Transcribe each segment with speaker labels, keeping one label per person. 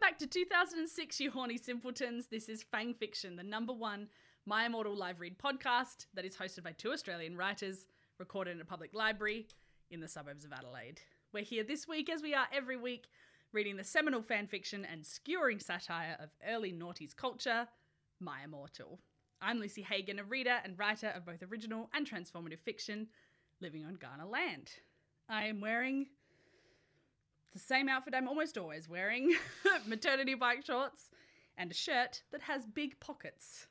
Speaker 1: back to 2006, you horny simpletons. This is Fang Fiction, the number one My Immortal Live Read podcast that is hosted by two Australian writers, recorded in a public library in the suburbs of Adelaide. We're here this week, as we are every week, reading the seminal fan fiction and skewering satire of early noughties culture, My Immortal. I'm Lucy Hagan, a reader and writer of both original and transformative fiction, living on Ghana land. I am wearing the same outfit I'm almost always wearing maternity bike shorts and a shirt that has big pockets,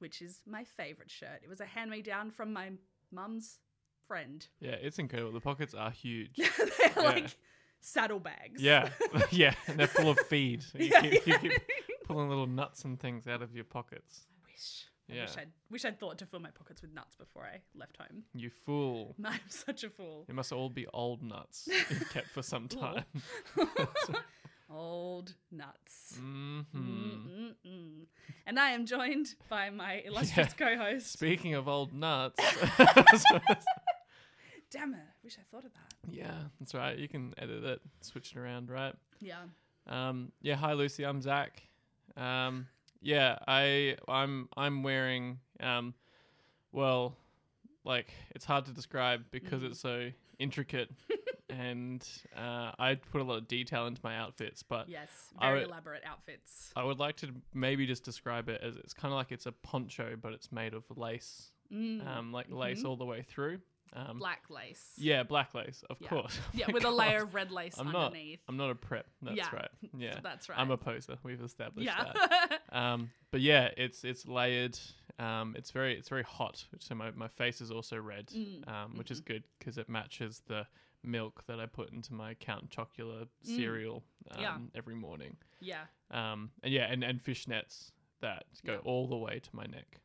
Speaker 1: which is my favorite shirt. It was a hand me down from my mum's friend.
Speaker 2: Yeah, it's incredible. The pockets are huge.
Speaker 1: They're
Speaker 2: Yeah.
Speaker 1: like saddlebags.
Speaker 2: Yeah, yeah, and they're full of feed. You,
Speaker 1: Yeah,
Speaker 2: keep, you
Speaker 1: yeah.
Speaker 2: keep pulling little nuts and things out of your pockets.
Speaker 1: Wish. I
Speaker 2: Yeah.
Speaker 1: wish I'd wish I'd thought to fill my pockets with nuts before I left home.
Speaker 2: You fool!
Speaker 1: I'm such a fool.
Speaker 2: It must all be old nuts you've kept for some time.
Speaker 1: Old nuts. Mm.
Speaker 2: hmm
Speaker 1: Mm-mm-mm. And I am joined by my illustrious co-host.
Speaker 2: Speaking of old nuts,
Speaker 1: Damn it! Wish I thought of that.
Speaker 2: yeah, that's right. You can edit it, switch it around, right?
Speaker 1: Yeah.
Speaker 2: Um, yeah, hi Lucy, I'm Zach. Um, yeah, I I'm I'm wearing um, well, like it's hard to describe because
Speaker 1: Mm-hmm.
Speaker 2: it's so intricate, and uh, I put a lot of detail into my outfits, but
Speaker 1: Yes.
Speaker 2: I
Speaker 1: Very
Speaker 2: would- Uh,
Speaker 1: elaborate outfits.
Speaker 2: I would like to maybe just describe it as it's kind of like it's a poncho, but it's made of lace,
Speaker 1: Mm.
Speaker 2: um, like lace all the way through. Um,
Speaker 1: Black lace.
Speaker 2: Yeah, black lace, of
Speaker 1: Yeah.
Speaker 2: course. Oh
Speaker 1: Yeah,
Speaker 2: My
Speaker 1: with a
Speaker 2: God.
Speaker 1: layer of red lace
Speaker 2: I'm not.
Speaker 1: underneath.
Speaker 2: I'm not a prep. That's
Speaker 1: Yeah,
Speaker 2: right. Yeah,
Speaker 1: That's right.
Speaker 2: I'm a poser. We've established
Speaker 1: yeah.
Speaker 2: that. Um, but yeah, it's it's layered. Um, it's very it's very hot. So my, my face is also red,
Speaker 1: Mm,
Speaker 2: um, which is good because it matches the milk that I put into my Count Chocula cereal um,
Speaker 1: Mm. Yeah.
Speaker 2: every morning.
Speaker 1: yeah.
Speaker 2: Um, and yeah, and and fishnets that go
Speaker 1: Yeah.
Speaker 2: all the way to my neck.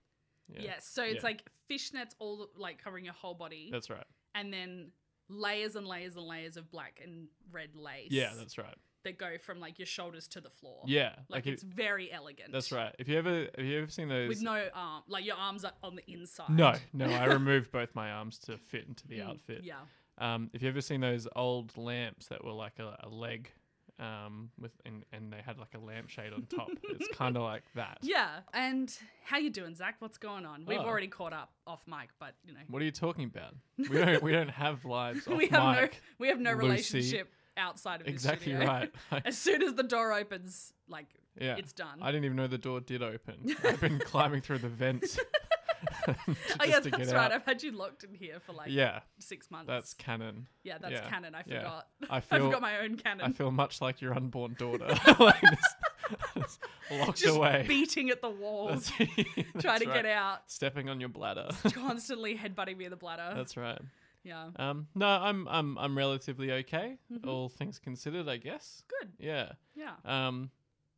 Speaker 2: Yeah,
Speaker 1: Yes. So it's
Speaker 2: Yeah.
Speaker 1: like fishnets all like covering your whole body,
Speaker 2: that's right.
Speaker 1: and then layers and layers and layers of black and red lace.
Speaker 2: Yeah, that's right.
Speaker 1: that go from like your shoulders to the floor.
Speaker 2: Yeah,
Speaker 1: Like,
Speaker 2: like, it,
Speaker 1: it's very elegant.
Speaker 2: that's right. If you ever have you ever seen those
Speaker 1: With no arm, like your arms are on the inside.
Speaker 2: No, no, I removed both my arms to fit into the
Speaker 1: Mm,
Speaker 2: outfit.
Speaker 1: Yeah.
Speaker 2: Um, if you ever seen those old lamps that were like a, a leg, um, with and, and they had like a lampshade on top, it's kind of like that.
Speaker 1: Yeah. And how you doing, Zach? What's going on? We've
Speaker 2: Oh.
Speaker 1: already caught up off mic, but you know
Speaker 2: What are you talking about? We don't we don't have lives off
Speaker 1: we have no
Speaker 2: mic.
Speaker 1: we have no
Speaker 2: Lucy.
Speaker 1: relationship outside of this
Speaker 2: exactly
Speaker 1: studio.
Speaker 2: right. I-
Speaker 1: As soon as the door opens, like
Speaker 2: yeah,
Speaker 1: it's done. Oh,
Speaker 2: I didn't even know the door did open. I've been climbing through the vents.
Speaker 1: oh yeah,
Speaker 2: just to
Speaker 1: that's
Speaker 2: get
Speaker 1: right.
Speaker 2: out.
Speaker 1: I've had you locked in here for like
Speaker 2: yeah,
Speaker 1: six months.
Speaker 2: that's canon.
Speaker 1: yeah, that's
Speaker 2: yeah,
Speaker 1: canon. I
Speaker 2: yeah.
Speaker 1: forgot.
Speaker 2: I
Speaker 1: I
Speaker 2: feel
Speaker 1: forgot my own canon.
Speaker 2: I feel much like your unborn daughter, like this, this locked
Speaker 1: Just
Speaker 2: away.
Speaker 1: beating at the walls, trying
Speaker 2: trying
Speaker 1: to get out.
Speaker 2: Stepping on your bladder.
Speaker 1: Constantly headbutting me in the bladder.
Speaker 2: That's right.
Speaker 1: yeah.
Speaker 2: Um, no, I'm I'm I'm relatively okay,
Speaker 1: Mm-hmm.
Speaker 2: all things considered, I guess.
Speaker 1: Good.
Speaker 2: Yeah.
Speaker 1: Yeah.
Speaker 2: Um,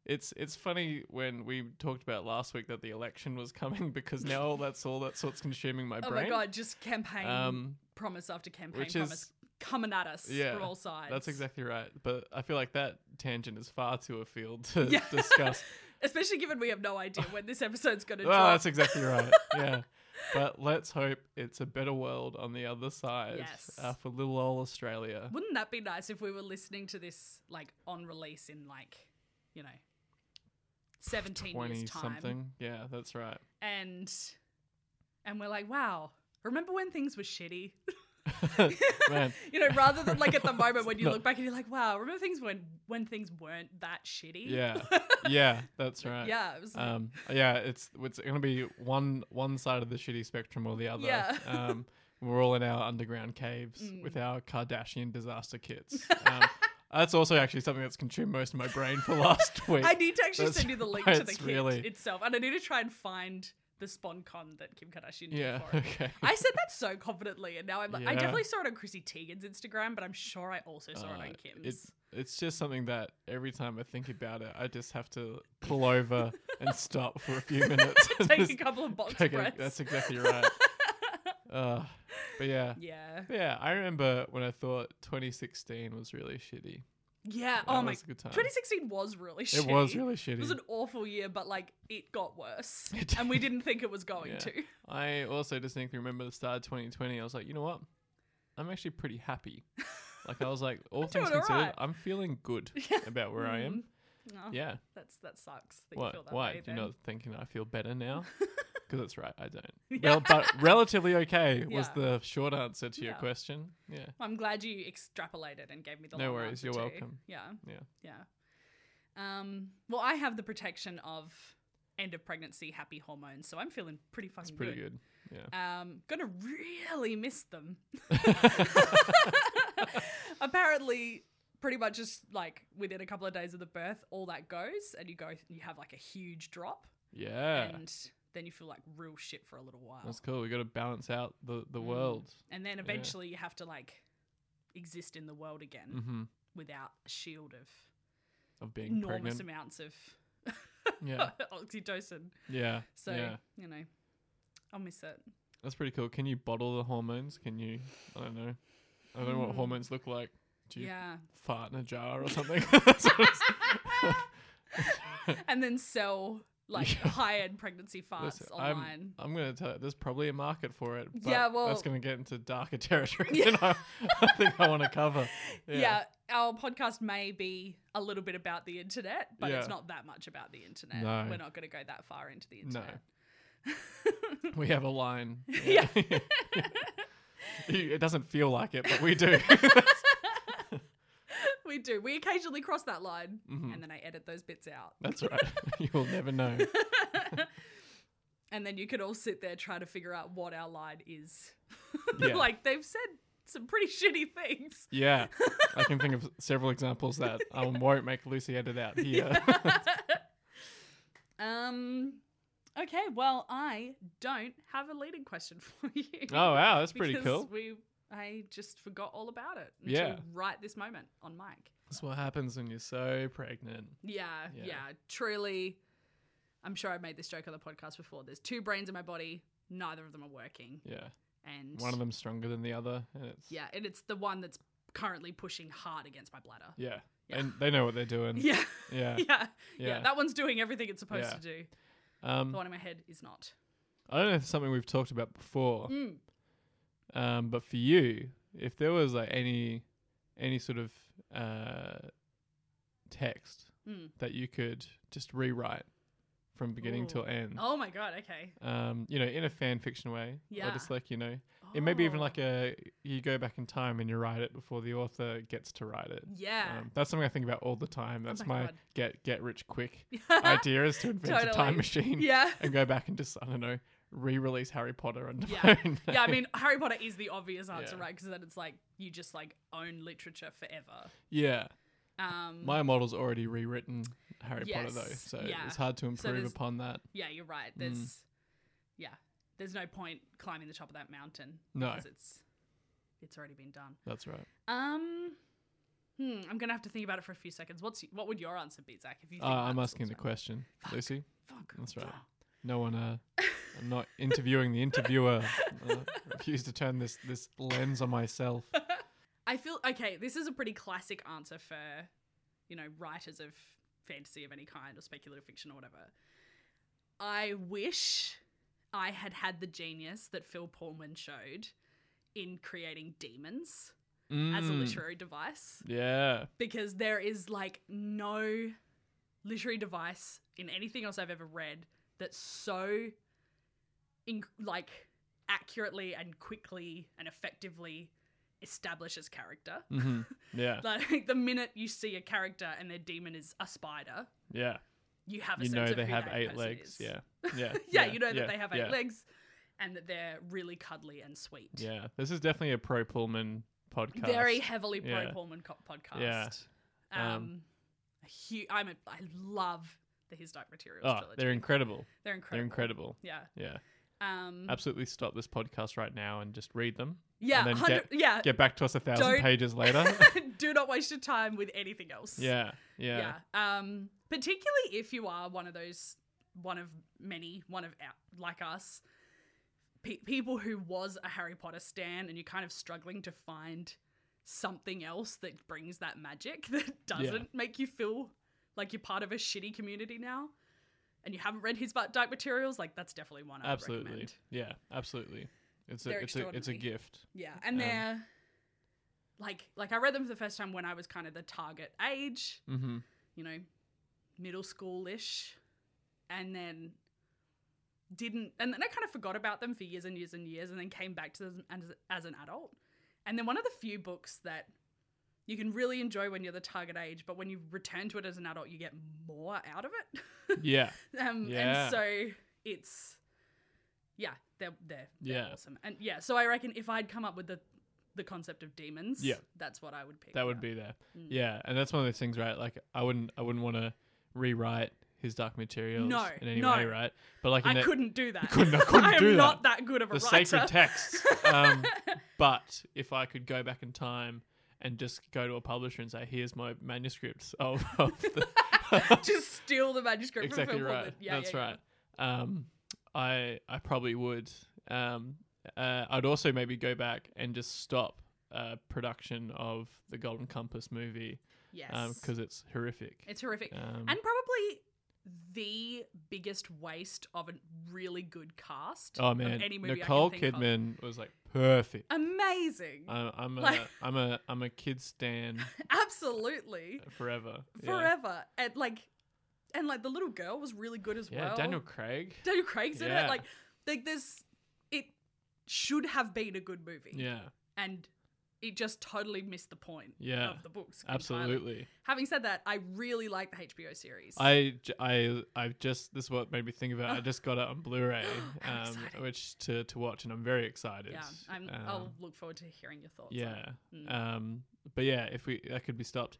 Speaker 2: it's it's funny when we talked about last week that the election was coming because now all that's all that's what's consuming my
Speaker 1: Oh
Speaker 2: brain.
Speaker 1: my god, just campaign
Speaker 2: Um,
Speaker 1: promise after campaign
Speaker 2: which
Speaker 1: promise
Speaker 2: is-
Speaker 1: coming at us
Speaker 2: Yeah,
Speaker 1: from all sides.
Speaker 2: that's exactly right. But I feel like that tangent is far too afield to
Speaker 1: Yeah.
Speaker 2: discuss.
Speaker 1: Especially given we have no idea when this episode's going to
Speaker 2: well,
Speaker 1: drop.
Speaker 2: that's exactly right. Yeah. But let's hope it's a better world on the other side
Speaker 1: Yes.
Speaker 2: uh, for little old Australia.
Speaker 1: Wouldn't that be nice if we were listening to this like on release in like, you know, 17
Speaker 2: 20
Speaker 1: years time
Speaker 2: something. Yeah, that's right.
Speaker 1: and and we're like, "Wow, remember when things were shitty?"
Speaker 2: Man,
Speaker 1: you know, rather than like at the moment when you
Speaker 2: No.
Speaker 1: look back and you're like, "Wow, remember things when when things weren't that shitty?"
Speaker 2: Yeah, yeah, that's right.
Speaker 1: Yeah, it was like-
Speaker 2: Um, yeah, it's it's gonna be one one side of the shitty spectrum or the other.
Speaker 1: Yeah. Mm.
Speaker 2: Um, we're all in our underground caves with our Kardashian disaster kits. Um, that's also actually something that's consumed most of my brain for last week.
Speaker 1: I need to actually
Speaker 2: Uh, That's
Speaker 1: send you the link
Speaker 2: right,
Speaker 1: to the
Speaker 2: it's
Speaker 1: kit
Speaker 2: really-
Speaker 1: itself, and I need to try and find the SponCon that Kim Kardashian did
Speaker 2: yeah.
Speaker 1: for it.
Speaker 2: Okay.
Speaker 1: I said that so confidently, and now I'm like, I
Speaker 2: Yeah.
Speaker 1: definitely saw it on Chrissy Teigen's Instagram, but I'm sure I also saw it
Speaker 2: Uh,
Speaker 1: on
Speaker 2: it-
Speaker 1: Kim's.
Speaker 2: It's just something that every time I think about it, I just have to pull over and stop for a few minutes. and
Speaker 1: Take
Speaker 2: just
Speaker 1: a couple of box
Speaker 2: take a-
Speaker 1: breaths.
Speaker 2: That's exactly right. uh, but yeah,
Speaker 1: yeah,
Speaker 2: Yeah, I remember when I thought 2016 was really shitty.
Speaker 1: yeah.
Speaker 2: That
Speaker 1: Oh my,
Speaker 2: was a good time.
Speaker 1: 2016 was really shitty.
Speaker 2: It was really
Speaker 1: It was
Speaker 2: shitty.
Speaker 1: an awful year, but like it got worse,
Speaker 2: It
Speaker 1: and we didn't think it was going
Speaker 2: Yeah.
Speaker 1: to.
Speaker 2: I also distinctly remember the start of 2020. I was like, you know what? I'm actually pretty happy. Like I was like, all
Speaker 1: doing
Speaker 2: things considered,
Speaker 1: alright.
Speaker 2: I'm feeling good about where I am.
Speaker 1: Oh,
Speaker 2: yeah.
Speaker 1: That's that sucks. That you
Speaker 2: What?
Speaker 1: feel that
Speaker 2: Why?
Speaker 1: way.
Speaker 2: You're
Speaker 1: then.
Speaker 2: not thinking I feel better now? Because that's right, I don't.
Speaker 1: Yeah.
Speaker 2: Well, but relatively okay was
Speaker 1: Yeah.
Speaker 2: the short answer to your
Speaker 1: Yeah.
Speaker 2: question. Yeah.
Speaker 1: I'm glad you extrapolated and gave me the
Speaker 2: No
Speaker 1: long
Speaker 2: worries,
Speaker 1: answer
Speaker 2: you're
Speaker 1: too.
Speaker 2: welcome.
Speaker 1: Yeah.
Speaker 2: Yeah.
Speaker 1: Yeah. Um, well, I have the protection of end of pregnancy happy hormones, so I'm feeling pretty fucking
Speaker 2: It's pretty good.
Speaker 1: Um, gonna really miss them. Apparently, pretty much just like within a couple of days of the birth, all that goes, and you go, you have like a huge drop,
Speaker 2: Yeah.
Speaker 1: and then you feel like real shit for a little while,
Speaker 2: That's cool. We got to balance out the, the
Speaker 1: Mm.
Speaker 2: world.
Speaker 1: and then eventually you have to like exist in the world again
Speaker 2: hmm
Speaker 1: without a shield of
Speaker 2: Of being
Speaker 1: enormous
Speaker 2: pregnant.
Speaker 1: amounts of
Speaker 2: Yeah.
Speaker 1: oxytocin.
Speaker 2: Yeah.
Speaker 1: So
Speaker 2: yeah.
Speaker 1: you know, I'll miss it.
Speaker 2: That's pretty cool. Can you bottle the hormones? Can you? I don't know. I don't know what
Speaker 1: Mm.
Speaker 2: hormones look like. Do you
Speaker 1: Yeah,
Speaker 2: fart in a jar or something? That's what it's-
Speaker 1: and then sell like
Speaker 2: Yeah.
Speaker 1: high end pregnancy farts
Speaker 2: Listen, I'm-
Speaker 1: online.
Speaker 2: I'm gonna tell you, there's probably a market for it. But
Speaker 1: Yeah, well-
Speaker 2: that's gonna get into darker territory
Speaker 1: Yeah.
Speaker 2: than I, I think I want to cover.
Speaker 1: Yeah. our podcast may be a little bit about the internet, but it's
Speaker 2: Yeah.
Speaker 1: not that much about the internet.
Speaker 2: No.
Speaker 1: We're not going to go that far into the
Speaker 2: No.
Speaker 1: internet.
Speaker 2: we have a line.
Speaker 1: Yeah.
Speaker 2: it doesn't feel like it, but we do.
Speaker 1: we do. We occasionally cross that line,
Speaker 2: Mhm.
Speaker 1: and then I edit those bits out.
Speaker 2: That's right. you will never know.
Speaker 1: and then you could all sit there trying to figure out what our line is.
Speaker 2: Yeah.
Speaker 1: like they've said some pretty shitty things.
Speaker 2: Yeah, I can think of several examples that I won't make Lucy edit out here.
Speaker 1: um okay, well I don't have a leading question for you.
Speaker 2: oh wow, that's pretty
Speaker 1: because
Speaker 2: cool.
Speaker 1: We I just forgot all about it until
Speaker 2: Yeah.
Speaker 1: right this moment on mic.
Speaker 2: That's what happens when you're so pregnant.
Speaker 1: Yeah, yeah,
Speaker 2: Yeah.
Speaker 1: Truly I'm sure I've made this joke on the podcast before. There's two brains in my body, neither of them are working.
Speaker 2: Yeah,
Speaker 1: And
Speaker 2: one of them's stronger than the other, and it's
Speaker 1: Yeah, and it's the one that's currently pushing hard against my bladder.
Speaker 2: yeah,
Speaker 1: Yeah.
Speaker 2: and they know what they're doing.
Speaker 1: Yeah.
Speaker 2: yeah.
Speaker 1: Yeah. Yeah.
Speaker 2: Yeah.
Speaker 1: That one's doing everything it's supposed
Speaker 2: Yeah.
Speaker 1: to do. The
Speaker 2: Um,
Speaker 1: one in my head is not.
Speaker 2: I don't know if it's something we've talked about before,
Speaker 1: Mm.
Speaker 2: um, but for you, if there was like any any sort of uh, text
Speaker 1: Mm.
Speaker 2: that you could just rewrite from beginning
Speaker 1: Ooh.
Speaker 2: till end,
Speaker 1: Oh my god, okay.
Speaker 2: um, you know, in a fan fiction way,
Speaker 1: Yeah.
Speaker 2: or just like you know, It may be even
Speaker 1: Oh.
Speaker 2: like a you go back in time and you write it before the author gets to write it.
Speaker 1: Yeah. Oh
Speaker 2: Um, that's something I think about all the time. That's
Speaker 1: my
Speaker 2: my,
Speaker 1: God.
Speaker 2: get get rich quick idea is to invent a
Speaker 1: Totally.
Speaker 2: time machine
Speaker 1: yeah.
Speaker 2: and go back and just I don't know re-release Harry Potter under
Speaker 1: Yeah.
Speaker 2: my own
Speaker 1: Yeah, I
Speaker 2: name.
Speaker 1: mean, Harry Potter is the obvious answer,
Speaker 2: Yeah.
Speaker 1: right? Because then it's like you just like own literature forever.
Speaker 2: yeah.
Speaker 1: Um,
Speaker 2: My model's already rewritten Harry Potter though,
Speaker 1: Yes.
Speaker 2: so
Speaker 1: Yeah.
Speaker 2: it's hard to improve
Speaker 1: there's-
Speaker 2: upon that.
Speaker 1: yeah, you're
Speaker 2: Mm.
Speaker 1: right. There's, yeah, there's no point climbing the top of that mountain
Speaker 2: No,
Speaker 1: because it's it's already been done.
Speaker 2: that's right.
Speaker 1: Um, hmm, I'm gonna have to think about it for a few seconds. What's what would your answer be, Zach? If you
Speaker 2: Uh,
Speaker 1: think
Speaker 2: I'm
Speaker 1: that's
Speaker 2: asking the
Speaker 1: what's
Speaker 2: question, Lucy.
Speaker 1: right. Fuck.
Speaker 2: That's right.
Speaker 1: Fuck.
Speaker 2: No one. Uh, I'm not interviewing the interviewer. Uh, refuse to turn this this lens on myself.
Speaker 1: I feel okay. This is a pretty classic answer for, you know, writers of fantasy of any kind or speculative fiction or whatever. I wish I had had the genius that Phil Pullman showed in creating demons as a
Speaker 2: Mm.
Speaker 1: literary device
Speaker 2: Yeah.
Speaker 1: because there is like no literary device in anything else I've ever read that so in- like accurately and quickly and effectively establishes character.
Speaker 2: hmm Yeah.
Speaker 1: Like the minute you see a character and their demon is a spider,
Speaker 2: Yeah.
Speaker 1: you have a
Speaker 2: You
Speaker 1: sense
Speaker 2: know
Speaker 1: of
Speaker 2: they
Speaker 1: who
Speaker 2: have
Speaker 1: that
Speaker 2: eight
Speaker 1: person
Speaker 2: legs.
Speaker 1: is.
Speaker 2: Yeah. Yeah.
Speaker 1: yeah, you know that
Speaker 2: yeah,
Speaker 1: they have eight
Speaker 2: yeah,
Speaker 1: legs and that they're really cuddly and sweet.
Speaker 2: Yeah. This is definitely a pro Pullman podcast.
Speaker 1: Very heavily pro
Speaker 2: Yeah.
Speaker 1: Pullman co- podcast.
Speaker 2: Yeah.
Speaker 1: Um,
Speaker 2: Um,
Speaker 1: a hu- I'm a, I love the His Dark Materials
Speaker 2: Oh,
Speaker 1: trilogy.
Speaker 2: they're incredible.
Speaker 1: They're incredible.
Speaker 2: They're incredible.
Speaker 1: Yeah.
Speaker 2: Yeah.
Speaker 1: Um,
Speaker 2: Absolutely stop this podcast right now and just read them.
Speaker 1: yeah.
Speaker 2: and then
Speaker 1: 100 yeah.
Speaker 2: Get back to us a 1000
Speaker 1: Uh, Don't-
Speaker 2: pages later.
Speaker 1: Do not waste your time with anything else.
Speaker 2: yeah. Yeah.
Speaker 1: Yeah. Um, particularly if you are one of those, one of many, one of ou- like us, pe- people who was a Harry Potter stan, and you're kind of struggling to find something else that brings that magic that doesn't make you feel like you're part of a shitty community now. And you haven't read his Dark Materials, like that's definitely one I would
Speaker 2: Absolutely.
Speaker 1: recommend.
Speaker 2: Yeah. Absolutely. It's a
Speaker 1: They're
Speaker 2: it's a it's a
Speaker 1: extraordinary.
Speaker 2: gift.
Speaker 1: Yeah, and
Speaker 2: Um,
Speaker 1: they're like like I read them for the first time when I was kind of the target age,
Speaker 2: Mm-hmm.
Speaker 1: you know, middle schoolish, and then didn't, and then I kind of forgot about them for years and years and years, and then came back to them as, as an adult. And then one of the few books that you can really enjoy when you're the target age, but when you return to it as an adult, you get more out of it.
Speaker 2: Yeah.
Speaker 1: Um,
Speaker 2: Yeah.
Speaker 1: And so it's, yeah, they're they're, they're
Speaker 2: Yeah.
Speaker 1: awesome, and yeah. So I reckon if I'd come up with the the concept of demons,
Speaker 2: Yeah.
Speaker 1: that's what I would pick.
Speaker 2: That would
Speaker 1: yeah.
Speaker 2: be there.
Speaker 1: Mm.
Speaker 2: Yeah, and that's one of those things, right? Like I wouldn't I wouldn't want to rewrite his dark materials
Speaker 1: No,
Speaker 2: in any
Speaker 1: no.
Speaker 2: way, right? But like in
Speaker 1: I
Speaker 2: that,
Speaker 1: couldn't do that.
Speaker 2: couldn't- I couldn't
Speaker 1: am
Speaker 2: do that.
Speaker 1: not that good of a
Speaker 2: the
Speaker 1: writer.
Speaker 2: sacred texts. Um, but if I could go back in time and just go to a publisher and say, "Here's my manuscripts of, of the,
Speaker 1: Just steal the manuscript from
Speaker 2: exactly
Speaker 1: Phil Pullman.
Speaker 2: right.
Speaker 1: Yeah,
Speaker 2: That's
Speaker 1: yeah, yeah.
Speaker 2: right. Um, I I probably would. Um, uh, I'd also maybe go back and just stop uh, production of the Golden Compass movie
Speaker 1: Yes,
Speaker 2: because it's horrific.
Speaker 1: it's horrific,
Speaker 2: um,
Speaker 1: and probably the biggest waste of a really good cast.
Speaker 2: oh
Speaker 1: of
Speaker 2: man,
Speaker 1: any movie I can
Speaker 2: Nicole
Speaker 1: think of.
Speaker 2: Kidman Uh, was like perfect.
Speaker 1: amazing,
Speaker 2: I'm, I'm a
Speaker 1: Like-
Speaker 2: am a I'm a kid stan
Speaker 1: absolutely.
Speaker 2: forever. Yeah.
Speaker 1: forever. And like, and like the little girl was really good as
Speaker 2: Yeah,
Speaker 1: well.
Speaker 2: Daniel Craig.
Speaker 1: Daniel Craig's in it.
Speaker 2: Yeah.
Speaker 1: Like, like this, it should have been a good movie.
Speaker 2: Yeah,
Speaker 1: and it just totally missed the point.
Speaker 2: Yeah,
Speaker 1: of the books. entirely.
Speaker 2: absolutely.
Speaker 1: Having said that, I really like the HBO series.
Speaker 2: I, j- I, I just this is what made me think about. it. I
Speaker 1: Oh.
Speaker 2: just got it on Blu-ray,
Speaker 1: How
Speaker 2: um,
Speaker 1: exciting.
Speaker 2: which to to watch, and I'm very excited.
Speaker 1: yeah, I'm,
Speaker 2: Um,
Speaker 1: I'll look forward to hearing your thoughts. on
Speaker 2: yeah.
Speaker 1: it. Mm.
Speaker 2: Um, but yeah, if we that could be stopped.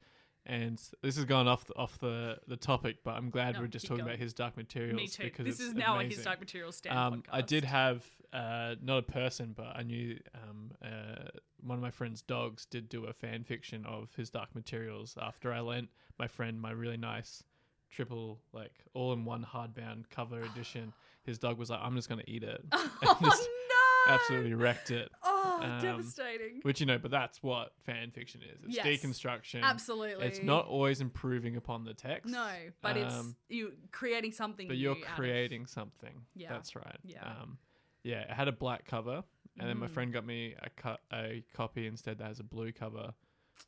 Speaker 2: And s- this has gone off the, off the, the topic, but I'm glad
Speaker 1: No,
Speaker 2: we're just
Speaker 1: keep
Speaker 2: talking
Speaker 1: going.
Speaker 2: about his dark materials.
Speaker 1: me too.
Speaker 2: Because
Speaker 1: This
Speaker 2: it's
Speaker 1: is now a
Speaker 2: amazing.
Speaker 1: his dark material stand
Speaker 2: Um,
Speaker 1: podcast.
Speaker 2: I did have uh, not a person, but I knew um, uh, one of my friend's dogs did do a fan fiction of his Dark Materials. After I lent my friend my really nice triple, like all in one hardbound cover edition, his dog was like, "I'm just gonna eat it,"
Speaker 1: Oh
Speaker 2: just
Speaker 1: no!
Speaker 2: absolutely wrecked it.
Speaker 1: Oh,
Speaker 2: Um,
Speaker 1: devastating.
Speaker 2: Which you know, but that's what fan fiction is. It's
Speaker 1: Yes.
Speaker 2: deconstruction.
Speaker 1: Absolutely.
Speaker 2: It's not always improving upon the text.
Speaker 1: No, but it's
Speaker 2: Um,
Speaker 1: you creating something.
Speaker 2: but you're
Speaker 1: new out of-
Speaker 2: creating something.
Speaker 1: Yeah.
Speaker 2: that's right.
Speaker 1: Yeah.
Speaker 2: um, yeah. It had a black cover, and then my
Speaker 1: Mm.
Speaker 2: friend got me a cut a copy instead that has a blue cover.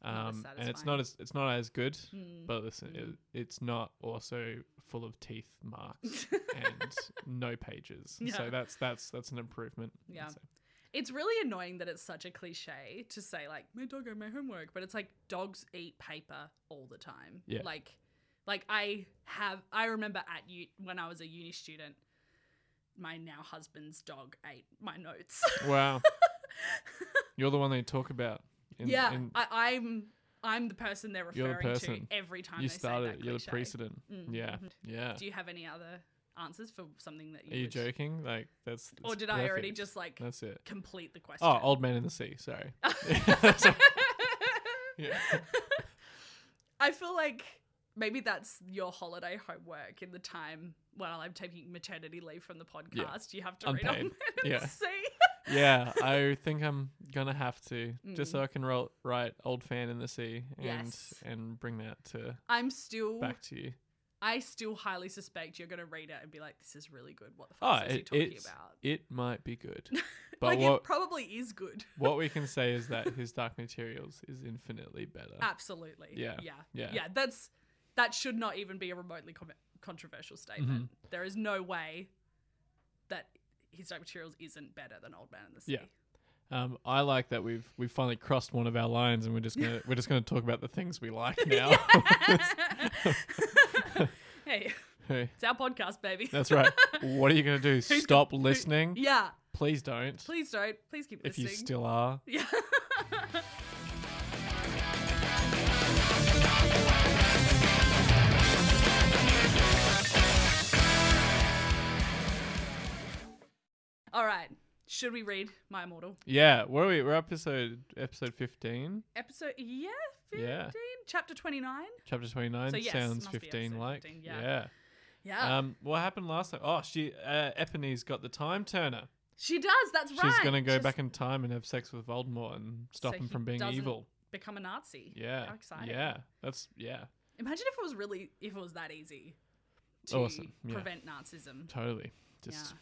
Speaker 1: Not as
Speaker 2: Um, and it's
Speaker 1: Oh, satisfying.
Speaker 2: not as it's not as good,
Speaker 1: Mm.
Speaker 2: but listen,
Speaker 1: Mm.
Speaker 2: it, it's not also full of teeth marks and no pages.
Speaker 1: Yeah.
Speaker 2: So that's that's that's an improvement. I'd
Speaker 1: Yeah.
Speaker 2: say.
Speaker 1: it's really annoying that it's such a cliche to say like my dog ate my homework, but it's like dogs eat paper all the time.
Speaker 2: Yeah.
Speaker 1: Like, like I have I remember at u- when I was a uni student, my now husband's dog ate my notes.
Speaker 2: Wow. You're the one they talk about. In,
Speaker 1: yeah,
Speaker 2: in-
Speaker 1: I, I'm I'm the person they're
Speaker 2: You're the
Speaker 1: referring
Speaker 2: person.
Speaker 1: to every time
Speaker 2: you
Speaker 1: they say
Speaker 2: started. it.
Speaker 1: that
Speaker 2: You're the
Speaker 1: cliche.
Speaker 2: precedent.
Speaker 1: Mm,
Speaker 2: Yeah.
Speaker 1: mhm.
Speaker 2: Yeah.
Speaker 1: Do you have any other answers for something that you?
Speaker 2: Are you
Speaker 1: would-
Speaker 2: joking? Like that's.
Speaker 1: Or
Speaker 2: that's
Speaker 1: did I already
Speaker 2: perfect.
Speaker 1: just like
Speaker 2: That's it.
Speaker 1: complete the question?
Speaker 2: Oh, Old Man in the Sea. Sorry. Yeah.
Speaker 1: I feel like maybe that's your holiday homework in the time while I'm taking maternity leave from the podcast. You have to read on
Speaker 2: Unpaid. Yeah.
Speaker 1: See?
Speaker 2: Yeah, I think I'm gonna have to
Speaker 1: Mm.
Speaker 2: just so I can roll, write "Old Fan in the Sea" and
Speaker 1: Yes.
Speaker 2: and bring that to
Speaker 1: I'm still
Speaker 2: back to you.
Speaker 1: I still highly suspect you're gonna read it and be like, this is really good. What the
Speaker 2: Oh,
Speaker 1: fuck is he
Speaker 2: it-
Speaker 1: talking
Speaker 2: it's-
Speaker 1: about?
Speaker 2: It might be good, but
Speaker 1: like
Speaker 2: what Oh.
Speaker 1: it probably is good.
Speaker 2: what we can say is that his Dark Materials is infinitely better.
Speaker 1: Ah. Absolutely.
Speaker 2: Yeah.
Speaker 1: Yeah.
Speaker 2: Yeah.
Speaker 1: That's that should not even be a remotely com- controversial statement.
Speaker 2: Mm-hmm.
Speaker 1: There is no way that his dark materials isn't better than Old Man in the Sea.
Speaker 2: Yeah. Um, I like that we've we've finally crossed one of our lines, and we're just gonna we're just gonna talk about the things we like now.
Speaker 1: hey,
Speaker 2: Hey,
Speaker 1: it's our podcast, baby.
Speaker 2: That's right. What are you gonna do?
Speaker 1: gonna-
Speaker 2: Stop
Speaker 1: who-
Speaker 2: listening?
Speaker 1: yeah.
Speaker 2: Please don't.
Speaker 1: Please don't. Please keep
Speaker 2: if
Speaker 1: listening.
Speaker 2: you still are.
Speaker 1: yeah. All right. Should we read My Immortal?
Speaker 2: Yeah, what are we? We're episode episode fifteen,
Speaker 1: Episode, yeah, 15?
Speaker 2: Yeah.
Speaker 1: Chapter 29?
Speaker 2: chapter twenty nine.
Speaker 1: So yes,
Speaker 2: sounds
Speaker 1: must be
Speaker 2: fifteen
Speaker 1: episode
Speaker 2: like
Speaker 1: 15, yeah.
Speaker 2: yeah.
Speaker 1: Yeah.
Speaker 2: Um, what happened last time? Oh, she uh, Epine's got the time turner.
Speaker 1: she does. That's right.
Speaker 2: She's gonna go
Speaker 1: Just
Speaker 2: back in time and have sex with Voldemort and stop
Speaker 1: So
Speaker 2: him
Speaker 1: he
Speaker 2: from being
Speaker 1: doesn't-
Speaker 2: evil.
Speaker 1: Become a Nazi.
Speaker 2: Yeah,
Speaker 1: How exciting.
Speaker 2: yeah, that's yeah,
Speaker 1: Imagine if it was really if it was that easy to
Speaker 2: Awesome, yeah.
Speaker 1: prevent Nazism.
Speaker 2: totally. Just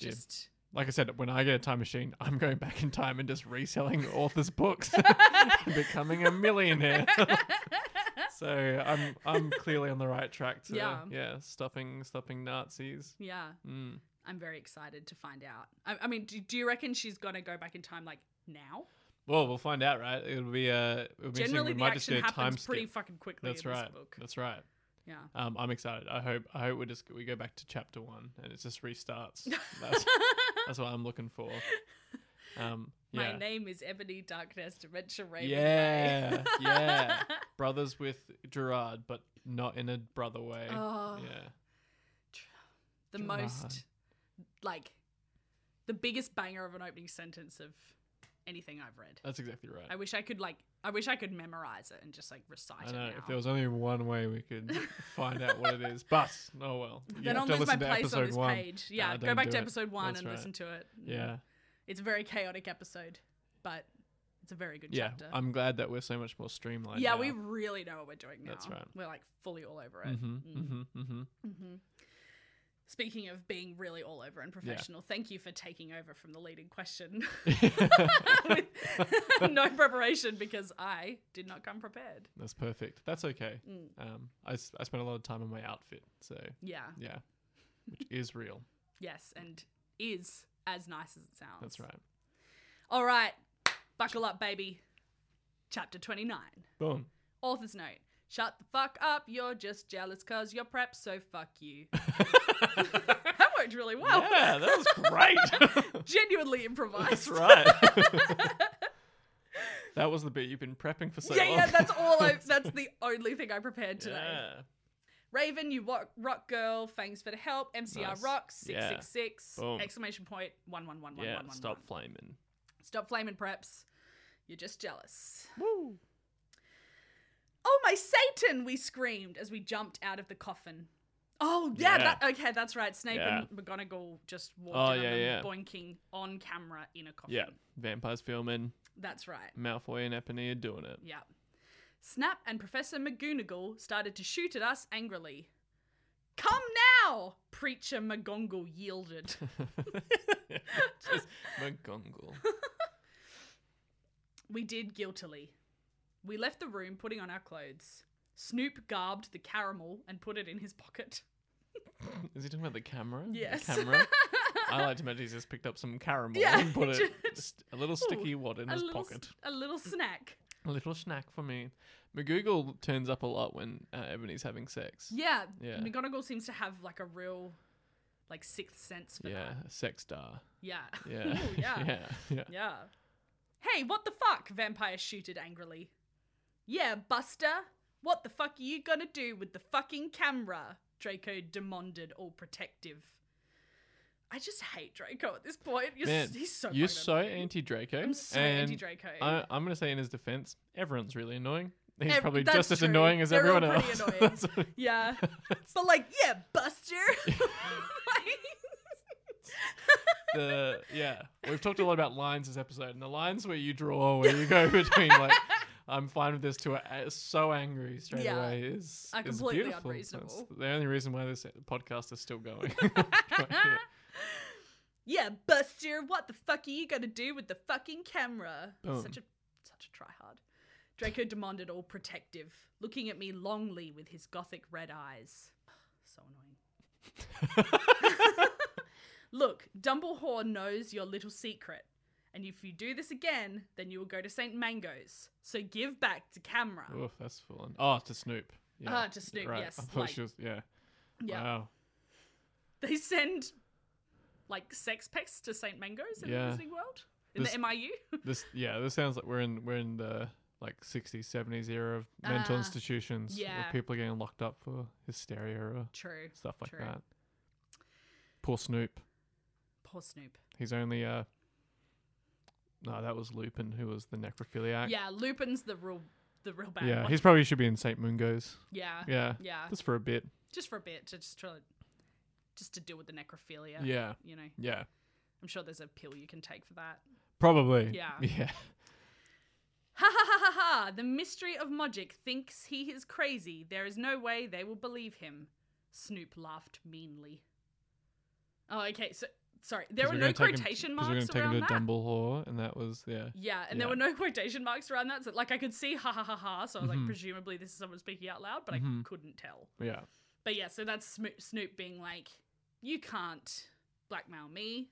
Speaker 1: yeah.
Speaker 2: yeah.
Speaker 1: Just
Speaker 2: like I said, when I get a time machine, I'm going back in time and just reselling authors' books, becoming a millionaire. so I'm I'm clearly on the right track to yeah,
Speaker 1: Yeah.
Speaker 2: stopping stopping Nazis.
Speaker 1: Yeah,
Speaker 2: Mm.
Speaker 1: I'm very excited to find out. I, I mean, do, do you reckon she's gonna go back in time like now?
Speaker 2: Well, we'll find out, right? It'll be uh, it'll be interesting.
Speaker 1: Generally,
Speaker 2: we
Speaker 1: the
Speaker 2: might just do
Speaker 1: action
Speaker 2: a time
Speaker 1: happens
Speaker 2: skip.
Speaker 1: pretty fucking quickly
Speaker 2: That's
Speaker 1: in
Speaker 2: right.
Speaker 1: this book.
Speaker 2: That's right.
Speaker 1: Yeah.
Speaker 2: Um, I'm excited. I hope I hope we just we go back to chapter one and it just restarts. That's, that's what I'm looking for. Um, yeah.
Speaker 1: My name is Ebony Darkness Dementia Raven.
Speaker 2: Yeah, yeah. Brothers with Gerard, but not in a brother way.
Speaker 1: Oh,
Speaker 2: Yeah.
Speaker 1: the
Speaker 2: Gerard.
Speaker 1: most like the biggest banger of an opening sentence of anything I've read.
Speaker 2: That's exactly right.
Speaker 1: I wish I could like I wish I could memorize it and just like recite
Speaker 2: I
Speaker 1: it
Speaker 2: know.
Speaker 1: now.
Speaker 2: If there was only one way we could find out what it is, but oh well. You
Speaker 1: then
Speaker 2: have
Speaker 1: I'll
Speaker 2: to
Speaker 1: lose my
Speaker 2: listen to
Speaker 1: place on
Speaker 2: episode
Speaker 1: this
Speaker 2: one.
Speaker 1: page. Yeah,
Speaker 2: Nah,
Speaker 1: go
Speaker 2: don't
Speaker 1: back
Speaker 2: do
Speaker 1: to
Speaker 2: it.
Speaker 1: episode one
Speaker 2: That's
Speaker 1: and
Speaker 2: right.
Speaker 1: listen to it.
Speaker 2: Yeah,
Speaker 1: It's a very chaotic episode, but it's a very good
Speaker 2: yeah.
Speaker 1: chapter.
Speaker 2: I'm glad that we're so much more streamlined.
Speaker 1: yeah,
Speaker 2: now.
Speaker 1: we really know what we're doing now.
Speaker 2: That's right.
Speaker 1: We're like fully all over it.
Speaker 2: Mhm,
Speaker 1: Mm.
Speaker 2: mhm, mhm.
Speaker 1: hmm Speaking of being really all over and professional, thank you for taking over from the leading question
Speaker 2: mm-hmm.
Speaker 1: with no preparation because I did not come prepared.
Speaker 2: That's perfect. That's okay.
Speaker 1: Mm.
Speaker 2: Um, I s- I spent a lot of time on my outfit, so
Speaker 1: Yeah.
Speaker 2: yeah, which is real.
Speaker 1: Yes. And is as nice as it sounds.
Speaker 2: That's right.
Speaker 1: All right. Buckle up, baby. Chapter 29.
Speaker 2: Boom.
Speaker 1: Author's note. Shut the fuck up. You're just jealous because you're prep, so fuck you. that worked really well.
Speaker 2: Yeah, that was great.
Speaker 1: Genuinely improvised.
Speaker 2: That's right. that was the bit you've been prepping for so
Speaker 1: yeah,
Speaker 2: long.
Speaker 1: yeah, that's all I that's the only thing I prepared today.
Speaker 2: Yeah.
Speaker 1: Raven, you rock, rock girl, thanks for the help. MCR
Speaker 2: Nice.
Speaker 1: rocks,
Speaker 2: Yeah.
Speaker 1: 666,
Speaker 2: Boom.
Speaker 1: exclamation point, 111111.
Speaker 2: yeah, stop flaming.
Speaker 1: Stop flaming preps. You're just jealous.
Speaker 2: Woo.
Speaker 1: Oh, my Satan, we screamed as we jumped out of the coffin. Oh, yeah,
Speaker 2: Yeah.
Speaker 1: That, okay, that's right. Snape and McGonagall just walked
Speaker 2: Oh,
Speaker 1: in on
Speaker 2: yeah,
Speaker 1: them
Speaker 2: yeah.
Speaker 1: boinking on camera in a coffin.
Speaker 2: Yeah, vampires filming.
Speaker 1: That's right.
Speaker 2: Malfoy and Epony are doing it.
Speaker 1: Yeah. Snap and Professor McGonagall started to shoot at us angrily. Come now! Preacher McGonagall yielded.
Speaker 2: Just McGongle.
Speaker 1: we did guiltily. We left the room putting on our clothes. Snoop garbed the caramel and put it in his pocket.
Speaker 2: Is he talking about the camera? The
Speaker 1: Yes.
Speaker 2: camera. I like to imagine he's just picked up some caramel
Speaker 1: Yeah,
Speaker 2: and put it,
Speaker 1: just- Oh,
Speaker 2: a little sticky wad in
Speaker 1: a
Speaker 2: his
Speaker 1: little, s-
Speaker 2: pocket.
Speaker 1: A little snack.
Speaker 2: A little snack for me. McGoogle turns up a lot when uh, Ebony's having sex.
Speaker 1: Yeah,
Speaker 2: Yeah.
Speaker 1: McGonagall seems to have like a real, like sixth sense for
Speaker 2: Yeah,
Speaker 1: that.
Speaker 2: sex star.
Speaker 1: Yeah.
Speaker 2: Yeah.
Speaker 1: Ooh, yeah.
Speaker 2: yeah. Yeah.
Speaker 1: Yeah. Hey, what the fuck? Vampire shooted angrily. Yeah, Buster. What the fuck are you gonna do with the fucking camera? Draco demanded, all protective. I just hate Draco at this point. You're
Speaker 2: Man,
Speaker 1: s- he's so
Speaker 2: You're
Speaker 1: fucking
Speaker 2: so
Speaker 1: annoying.
Speaker 2: anti Draco.
Speaker 1: I'm so anti Draco.
Speaker 2: I, I'm gonna say in his defense, everyone's really annoying. He's
Speaker 1: Ev-
Speaker 2: probably
Speaker 1: that's
Speaker 2: just as
Speaker 1: true.
Speaker 2: annoying as
Speaker 1: They're all
Speaker 2: everyone
Speaker 1: pretty
Speaker 2: else.
Speaker 1: annoying.
Speaker 2: That's what-
Speaker 1: Yeah. but like, yeah, Buster. Like-
Speaker 2: the yeah, we've talked a lot about lines this episode, and the lines where you draw, where you go between like, I'm fine with this to a, so angry straight
Speaker 1: Yeah.
Speaker 2: away is
Speaker 1: Are
Speaker 2: is
Speaker 1: completely
Speaker 2: beautiful. That's
Speaker 1: unreasonable.
Speaker 2: the only reason why this podcast is still going.
Speaker 1: yeah, Buster, what the fuck are you gonna do with the fucking camera?
Speaker 2: Boom.
Speaker 1: Such a such a tryhard. Draco demanded all protective, looking at me longly with his gothic red eyes. So annoying. Look, Dumbledore knows your little secret, and if you do this again, then you will go to St. Mango's. So give back to camera.
Speaker 2: Oof, that's full on. Oh, to Snoop. Yeah.
Speaker 1: Ah, to Snoop,
Speaker 2: Right.
Speaker 1: yes,
Speaker 2: I thought
Speaker 1: like-
Speaker 2: she was, yeah.
Speaker 1: Yeah.
Speaker 2: Wow.
Speaker 1: They send like sex pics to St. Mango's in
Speaker 2: Yeah.
Speaker 1: the Wizarding World? In
Speaker 2: This-
Speaker 1: the MIU?
Speaker 2: This yeah, this sounds like we're in we're in the like 60s, 70s era of mental
Speaker 1: Ah,
Speaker 2: institutions where
Speaker 1: yeah.
Speaker 2: people are getting locked up for hysteria or
Speaker 1: True.
Speaker 2: stuff like
Speaker 1: True.
Speaker 2: that. Poor Snoop.
Speaker 1: Poor Snoop.
Speaker 2: He's only uh no, that was Lupin who was the necrophiliac.
Speaker 1: Yeah, Lupin's the real the real bad
Speaker 2: Uh, yeah
Speaker 1: one.
Speaker 2: he's probably should be in St. Mungo's.
Speaker 1: yeah. Yeah.
Speaker 2: Yeah. Just for a bit.
Speaker 1: Just for a bit to just try just to deal with the necrophilia.
Speaker 2: Yeah.
Speaker 1: You know.
Speaker 2: Yeah.
Speaker 1: I'm sure there's a pill you can take for that.
Speaker 2: Probably.
Speaker 1: Yeah.
Speaker 2: Yeah.
Speaker 1: Ha ha ha ha ha! The mystery of Mogic thinks he is crazy. There is no way they will believe him. Snoop laughed meanly. Oh, okay. So sorry, there were
Speaker 2: we're
Speaker 1: no
Speaker 2: gonna take him-
Speaker 1: quotation
Speaker 2: Because we're going
Speaker 1: marks
Speaker 2: to take him
Speaker 1: around
Speaker 2: to
Speaker 1: that.
Speaker 2: Dumbledore, and that was yeah.
Speaker 1: Yeah, and there
Speaker 2: Yeah.
Speaker 1: were no quotation marks around that. So, like, I could see ha ha ha ha. So I was like,
Speaker 2: Mhm.
Speaker 1: presumably this is someone speaking out loud, but I
Speaker 2: Mhm.
Speaker 1: couldn't tell.
Speaker 2: Yeah.
Speaker 1: But yeah, so that's Smo- Snoop being like, you can't blackmail me.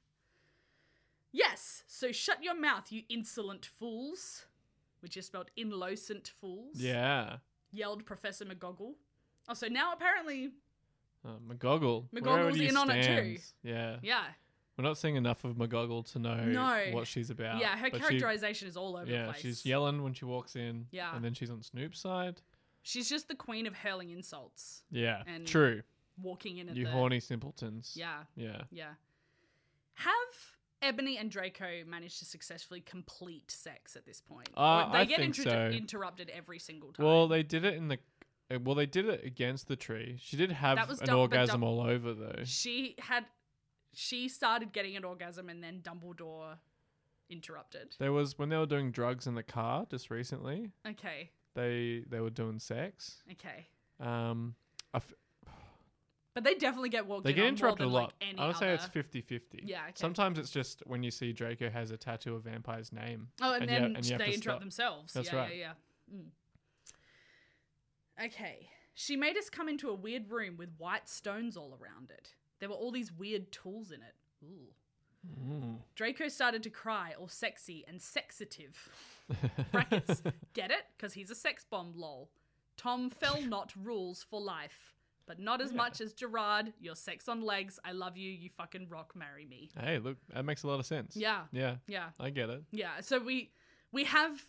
Speaker 1: Yes, so shut your mouth, you insolent fools, which is spelled inlocent fools.
Speaker 2: Yeah.
Speaker 1: Yelled Professor McGoggle. Oh, so now apparently,
Speaker 2: Uh, McGoggle.
Speaker 1: McGoggle's in on it too.
Speaker 2: it too. Yeah.
Speaker 1: yeah,
Speaker 2: We're not seeing enough of McGoggle to know
Speaker 1: No.
Speaker 2: what she's about.
Speaker 1: yeah, her
Speaker 2: but she-
Speaker 1: characterization is all over
Speaker 2: yeah,
Speaker 1: the place.
Speaker 2: she's yelling when she walks in.
Speaker 1: Yeah.
Speaker 2: And then she's on Snoop's side.
Speaker 1: She's just the queen of hurling insults,
Speaker 2: Yeah.
Speaker 1: And
Speaker 2: True.
Speaker 1: walking in at
Speaker 2: You
Speaker 1: the
Speaker 2: horny simpletons.
Speaker 1: Yeah,
Speaker 2: Yeah.
Speaker 1: yeah. Have Ebony and Draco managed to successfully complete sex at this point?
Speaker 2: Uh,
Speaker 1: they
Speaker 2: I
Speaker 1: get
Speaker 2: think
Speaker 1: interrupted
Speaker 2: so.
Speaker 1: interrupted every single time.
Speaker 2: Well, they did it in the. uh, Well, they did it against the tree. She did have
Speaker 1: That was
Speaker 2: an
Speaker 1: dub- but
Speaker 2: orgasm
Speaker 1: dub-
Speaker 2: all over though.
Speaker 1: she had she started getting an orgasm and then Dumbledore interrupted.
Speaker 2: There was when they were doing drugs in the car just recently.
Speaker 1: Okay,
Speaker 2: They they were doing sex.
Speaker 1: okay.
Speaker 2: Um, I f-
Speaker 1: But they definitely get walked
Speaker 2: they
Speaker 1: in
Speaker 2: get
Speaker 1: on
Speaker 2: interrupted
Speaker 1: more
Speaker 2: a
Speaker 1: than,
Speaker 2: lot.
Speaker 1: Like any
Speaker 2: I would say it's
Speaker 1: other-
Speaker 2: 50-50.
Speaker 1: Yeah, okay.
Speaker 2: Sometimes it's just when you see Draco has a tattoo of vampire's name.
Speaker 1: Oh, and,
Speaker 2: and you
Speaker 1: then
Speaker 2: have- and you have
Speaker 1: they
Speaker 2: to
Speaker 1: interrupt
Speaker 2: stop.
Speaker 1: themselves.
Speaker 2: That's
Speaker 1: yeah,
Speaker 2: right.
Speaker 1: yeah, yeah. Mm. Okay. She made us come into a weird room with white stones all around it. There were all these weird tools in it. Ooh. Draco started to cry, all sexy and sexative. Brackets. Get it? Because he's a sex bomb, lol. Tom fell not rules for life, but not as
Speaker 2: Yeah.
Speaker 1: much as Gerard. Your sex on legs. I love you. You fucking rock. Marry me.
Speaker 2: hey, look, that makes a lot of sense.
Speaker 1: Yeah.
Speaker 2: Yeah,
Speaker 1: Yeah.
Speaker 2: I get it.
Speaker 1: Yeah, so we we have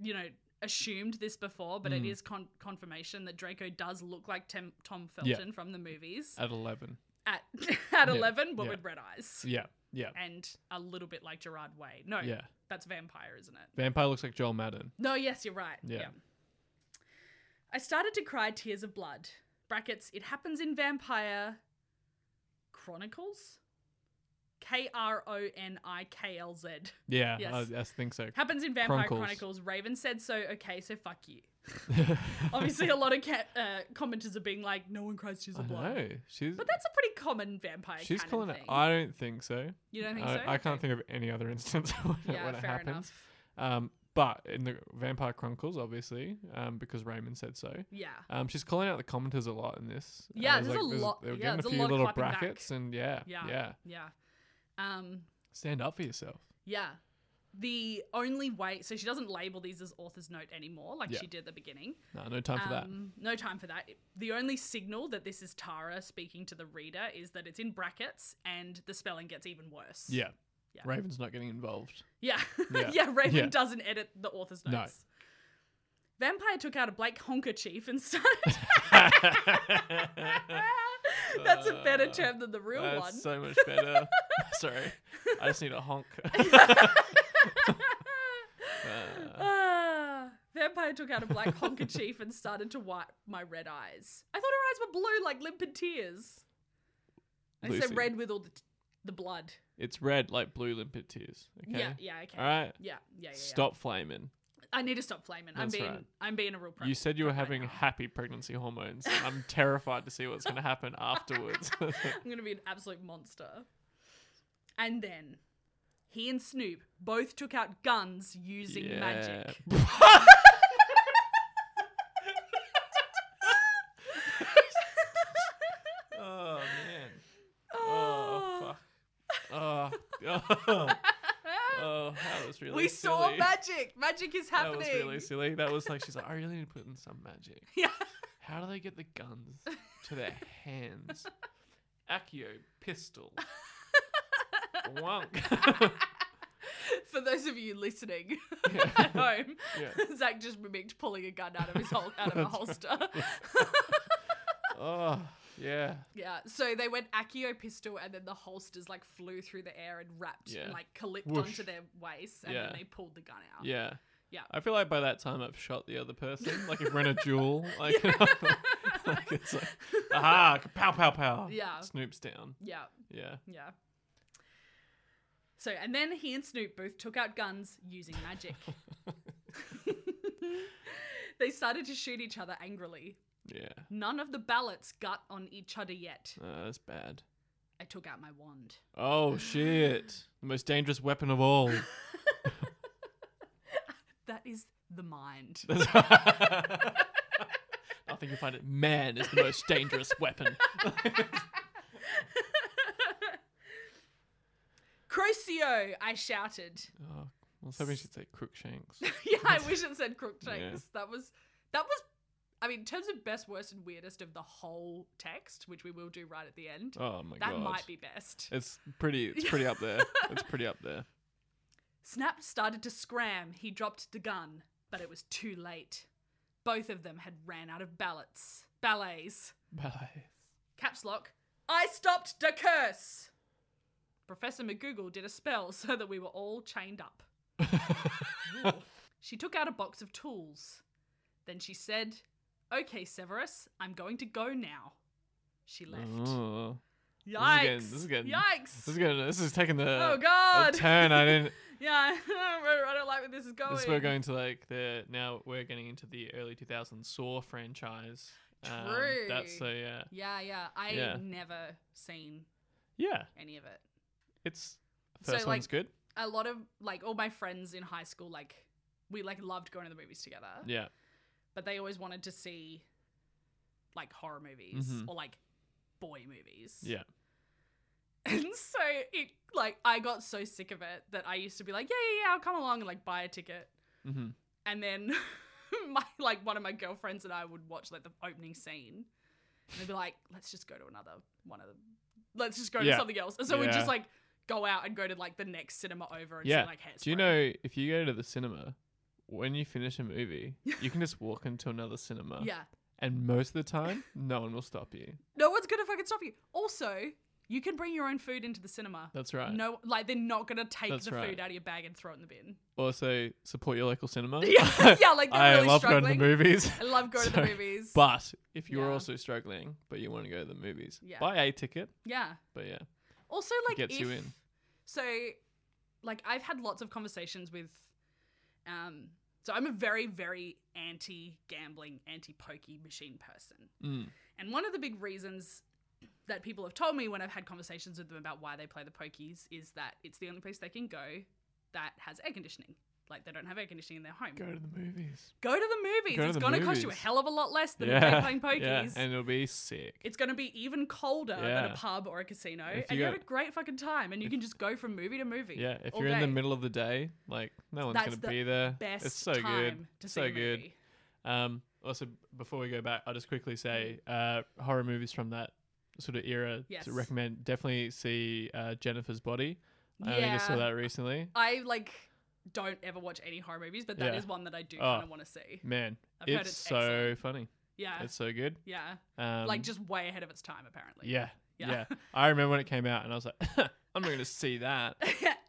Speaker 1: you know assumed this before, but it
Speaker 2: Mm.
Speaker 1: is con- confirmation that Draco does look like Tim- Tom
Speaker 2: Yeah.
Speaker 1: Felton from the movies
Speaker 2: At eleven.
Speaker 1: at at
Speaker 2: Yeah,
Speaker 1: 11 but
Speaker 2: yeah.
Speaker 1: with red eyes
Speaker 2: Yeah, yeah,
Speaker 1: and a little bit like Gerard Way. No,
Speaker 2: yeah.
Speaker 1: that's vampire, isn't it?
Speaker 2: Vampire looks like Joel Madden.
Speaker 1: No, yes, you're right. Yeah.
Speaker 2: Yeah.
Speaker 1: I started to cry tears of blood. Brackets, it happens in Vampire Chronicles. K R O N I K L Z.
Speaker 2: Yeah,
Speaker 1: Yes.
Speaker 2: I, I think so.
Speaker 1: Happens in Vampire
Speaker 2: Chronicles.
Speaker 1: Chronicles. Raven said so. Okay, so fuck you. Obviously, a lot of ca- uh, commenters are being like, "No one cries tears
Speaker 2: I
Speaker 1: of blood,"
Speaker 2: know. She's
Speaker 1: but that's a pretty common vampire.
Speaker 2: she's
Speaker 1: canon
Speaker 2: calling
Speaker 1: thing.
Speaker 2: it. I don't think so.
Speaker 1: you don't think
Speaker 2: I,
Speaker 1: so?
Speaker 2: I can't
Speaker 1: Okay.
Speaker 2: think of any other instance when, it-
Speaker 1: Yeah,
Speaker 2: when it
Speaker 1: fair
Speaker 2: happens.
Speaker 1: enough.
Speaker 2: Um, but in the Vampire Chronicles, obviously, um, because Raymond said so.
Speaker 1: Yeah,
Speaker 2: Um, she's calling out the commenters a lot in this. and
Speaker 1: Yeah,
Speaker 2: I was
Speaker 1: there's a lot-
Speaker 2: They were
Speaker 1: yeah,
Speaker 2: getting
Speaker 1: there's a
Speaker 2: a few
Speaker 1: lot of
Speaker 2: little
Speaker 1: clapping back.
Speaker 2: brackets, and yeah,
Speaker 1: Yeah.
Speaker 2: yeah,
Speaker 1: yeah, um,
Speaker 2: stand up for yourself.
Speaker 1: yeah. The only way, so she doesn't label these as author's note anymore, like
Speaker 2: Yeah.
Speaker 1: she did at the beginning.
Speaker 2: No, no time for that.
Speaker 1: Um, no time for that. The only signal that this is Tara speaking to the reader is that it's in brackets and the spelling gets even worse.
Speaker 2: Yeah.
Speaker 1: yeah.
Speaker 2: Raven's not getting involved.
Speaker 1: Yeah. Yeah,
Speaker 2: Yeah.
Speaker 1: Raven
Speaker 2: Yeah.
Speaker 1: doesn't edit the author's
Speaker 2: No.
Speaker 1: notes. Vampire took out a Blake Honker chief and started. That's a better
Speaker 2: Uh,
Speaker 1: term than the real
Speaker 2: That's
Speaker 1: one.
Speaker 2: so much better. Sorry, I just need a honk. Uh,
Speaker 1: Ah. Vampire took out a black honker chief and started to wipe my red eyes. I thought her eyes were blue like limpid tears. I
Speaker 2: Lucy.
Speaker 1: said red with all the, t- the blood.
Speaker 2: it's red like blue limpet tears. Okay.
Speaker 1: Yeah, yeah, okay.
Speaker 2: All right.
Speaker 1: Yeah, yeah, yeah, yeah.
Speaker 2: Stop flaming.
Speaker 1: I need to stop flaming. I'm
Speaker 2: That's
Speaker 1: being,
Speaker 2: right.
Speaker 1: I'm being a real. Pro-
Speaker 2: You said you were
Speaker 1: right
Speaker 2: having
Speaker 1: now.
Speaker 2: happy pregnancy hormones. I'm terrified to see what's going to happen afterwards.
Speaker 1: I'm gonna be an absolute monster. And then he and Snoop both took out guns using magic. Oh.
Speaker 2: oh man. Oh fuck. Oh. Oh. oh, that was really
Speaker 1: we saw
Speaker 2: silly.
Speaker 1: magic. Magic is
Speaker 2: That
Speaker 1: happening.
Speaker 2: was really silly. That was like she's like, I really need to put in some magic.
Speaker 1: yeah.
Speaker 2: How do they get the guns to their hands? Accio pistol. Wonk.
Speaker 1: For those of you listening at
Speaker 2: yeah.
Speaker 1: home,
Speaker 2: yeah.
Speaker 1: Zach just mimicked pulling a gun out of his hol- out of a
Speaker 2: That's
Speaker 1: holster.
Speaker 2: Oh, yeah.
Speaker 1: yeah. So they went accio pistol, and then the holsters like flew through the air and wrapped
Speaker 2: Yeah.
Speaker 1: and like clipped
Speaker 2: Whoosh.
Speaker 1: onto their waists, and then
Speaker 2: Yeah.
Speaker 1: they pulled the gun out.
Speaker 2: Yeah.
Speaker 1: Oh. Yeah.
Speaker 2: I feel like by that time I've shot the other person. Like if we're in a duel, like, like it's like aha, pow, pow, pow.
Speaker 1: Yeah.
Speaker 2: Snoop's down.
Speaker 1: Yeah.
Speaker 2: Yeah.
Speaker 1: Yeah. So, and then he and Snoop both took out guns using magic. they started to shoot each other angrily.
Speaker 2: Yeah.
Speaker 1: None of the ballots got on each other yet.
Speaker 2: Uh, that's bad.
Speaker 1: I took out my wand.
Speaker 2: Oh shit! The most dangerous weapon of all.
Speaker 1: That is the mind.
Speaker 2: I think you find it. Man is the most dangerous weapon.
Speaker 1: Crucio, I shouted.
Speaker 2: Oh, I was hoping she'd say Crookshanks.
Speaker 1: yeah, I wish it said Crookshanks. That was that was I mean, in terms of best, worst, and weirdest of the whole text, which we will do right at the end,
Speaker 2: Oh my
Speaker 1: that
Speaker 2: god.
Speaker 1: might be best.
Speaker 2: It's pretty. It's pretty up there. It's pretty up there.
Speaker 1: Snap started to scram. He dropped the gun, but it was too late. Both of them had ran out of ballots, ballets.
Speaker 2: Bye.
Speaker 1: Caps lock. I stopped the curse. Professor McGoogle did a spell so that we were all chained up. Ooh. she took out a box of tools. Then she said, "Okay, Severus, I'm going to go now." She left.
Speaker 2: Oh.
Speaker 1: Yikes!
Speaker 2: getting- this is getting-
Speaker 1: Yikes!
Speaker 2: This is gonna. This is taking the.
Speaker 1: oh
Speaker 2: a
Speaker 1: God!
Speaker 2: turn. I didn't.
Speaker 1: yeah, I don't like where this is going.
Speaker 2: This is we're going to like the now we're getting into the early 2000s Saw franchise.
Speaker 1: True.
Speaker 2: that's so yeah.
Speaker 1: Yeah, yeah. I
Speaker 2: Yeah.
Speaker 1: never seen
Speaker 2: Yeah,
Speaker 1: any of it.
Speaker 2: it's
Speaker 1: So,
Speaker 2: first one's
Speaker 1: like-
Speaker 2: good.
Speaker 1: A lot of like all my friends in high school, like we like loved going to the movies together.
Speaker 2: Yeah,
Speaker 1: but they always wanted to see like horror movies
Speaker 2: Mhm.
Speaker 1: or like boy movies.
Speaker 2: yeah.
Speaker 1: And so it like I got so sick of it that I used to be like, yeah, yeah, yeah, I'll come along and like buy a ticket.
Speaker 2: Mm-hmm.
Speaker 1: And then my like one of my girlfriends and I would watch like the opening scene and they'd be like, let's just go to another one of the let's just go to
Speaker 2: Yeah.
Speaker 1: something else. And so we'd
Speaker 2: Yeah.
Speaker 1: just like go out and go to like the next cinema over and
Speaker 2: Yeah.
Speaker 1: see like Hairspray.
Speaker 2: Do you know if you go to the cinema, when you finish a movie, you can just walk into another cinema.
Speaker 1: Yeah.
Speaker 2: And most of the time, no one will stop you.
Speaker 1: No one's gonna fucking stop you. Also, you can bring your own food into the cinema.
Speaker 2: That's right.
Speaker 1: No, like they're not gonna take
Speaker 2: That's
Speaker 1: the
Speaker 2: right.
Speaker 1: food out of your bag and throw it in the bin.
Speaker 2: Also, support your local cinema.
Speaker 1: Yeah, yeah, like they're
Speaker 2: I
Speaker 1: really
Speaker 2: love
Speaker 1: struggling.
Speaker 2: going to the movies.
Speaker 1: I love going to the
Speaker 2: Sorry.
Speaker 1: movies.
Speaker 2: But if you're
Speaker 1: Yeah.
Speaker 2: also struggling, but you want to go to the movies,
Speaker 1: Yeah.
Speaker 2: buy a ticket.
Speaker 1: yeah.
Speaker 2: But yeah,
Speaker 1: Also, like
Speaker 2: gets
Speaker 1: if,
Speaker 2: you in.
Speaker 1: So, like I've had lots of conversations with, um. So I'm a very, very anti-gambling, anti-pokey machine person,
Speaker 2: Mm.
Speaker 1: and one of the big reasons that people have told me when I've had conversations with them about why they play the pokies is that it's the only place they can go that has air conditioning. Like they don't have air conditioning in their home.
Speaker 2: go to the movies.
Speaker 1: go to the movies.
Speaker 2: Go to
Speaker 1: it's
Speaker 2: the
Speaker 1: going to cost you a
Speaker 2: movies.
Speaker 1: hell of a lot less than
Speaker 2: yeah,
Speaker 1: playing pokies.
Speaker 2: yeah, and it'll be sick.
Speaker 1: it's going to be even colder than
Speaker 2: Yeah.
Speaker 1: a pub or a casino,
Speaker 2: If
Speaker 1: and
Speaker 2: you
Speaker 1: you have
Speaker 2: got-
Speaker 1: a great fucking time, and you
Speaker 2: if-
Speaker 1: can just go from movie to movie.
Speaker 2: yeah, if
Speaker 1: all
Speaker 2: you're in the
Speaker 1: day.
Speaker 2: middle of the day, like no one's
Speaker 1: That's
Speaker 2: gonna
Speaker 1: the
Speaker 2: be there.
Speaker 1: best
Speaker 2: it's so
Speaker 1: time to see
Speaker 2: so
Speaker 1: a
Speaker 2: good.
Speaker 1: movie.
Speaker 2: good. Um, also, b- before we go back, I'll just quickly say uh, horror movies from that sort of era
Speaker 1: Yes.
Speaker 2: to recommend. Definitely see uh, Jennifer's Body. I only just saw
Speaker 1: Yeah.
Speaker 2: that recently.
Speaker 1: I like don't ever watch any horror movies, but that is
Speaker 2: Yeah.
Speaker 1: one that I do
Speaker 2: Oh.
Speaker 1: kind of want to see.
Speaker 2: Man,
Speaker 1: I've heard
Speaker 2: it's,
Speaker 1: it's
Speaker 2: so
Speaker 1: excellent.
Speaker 2: funny.
Speaker 1: Yeah,
Speaker 2: It's so good.
Speaker 1: yeah,
Speaker 2: Um,
Speaker 1: like just way ahead of its time apparently.
Speaker 2: yeah, yeah,
Speaker 1: Yeah.
Speaker 2: I remember when it came out, and I was like, I'm not gonna see that.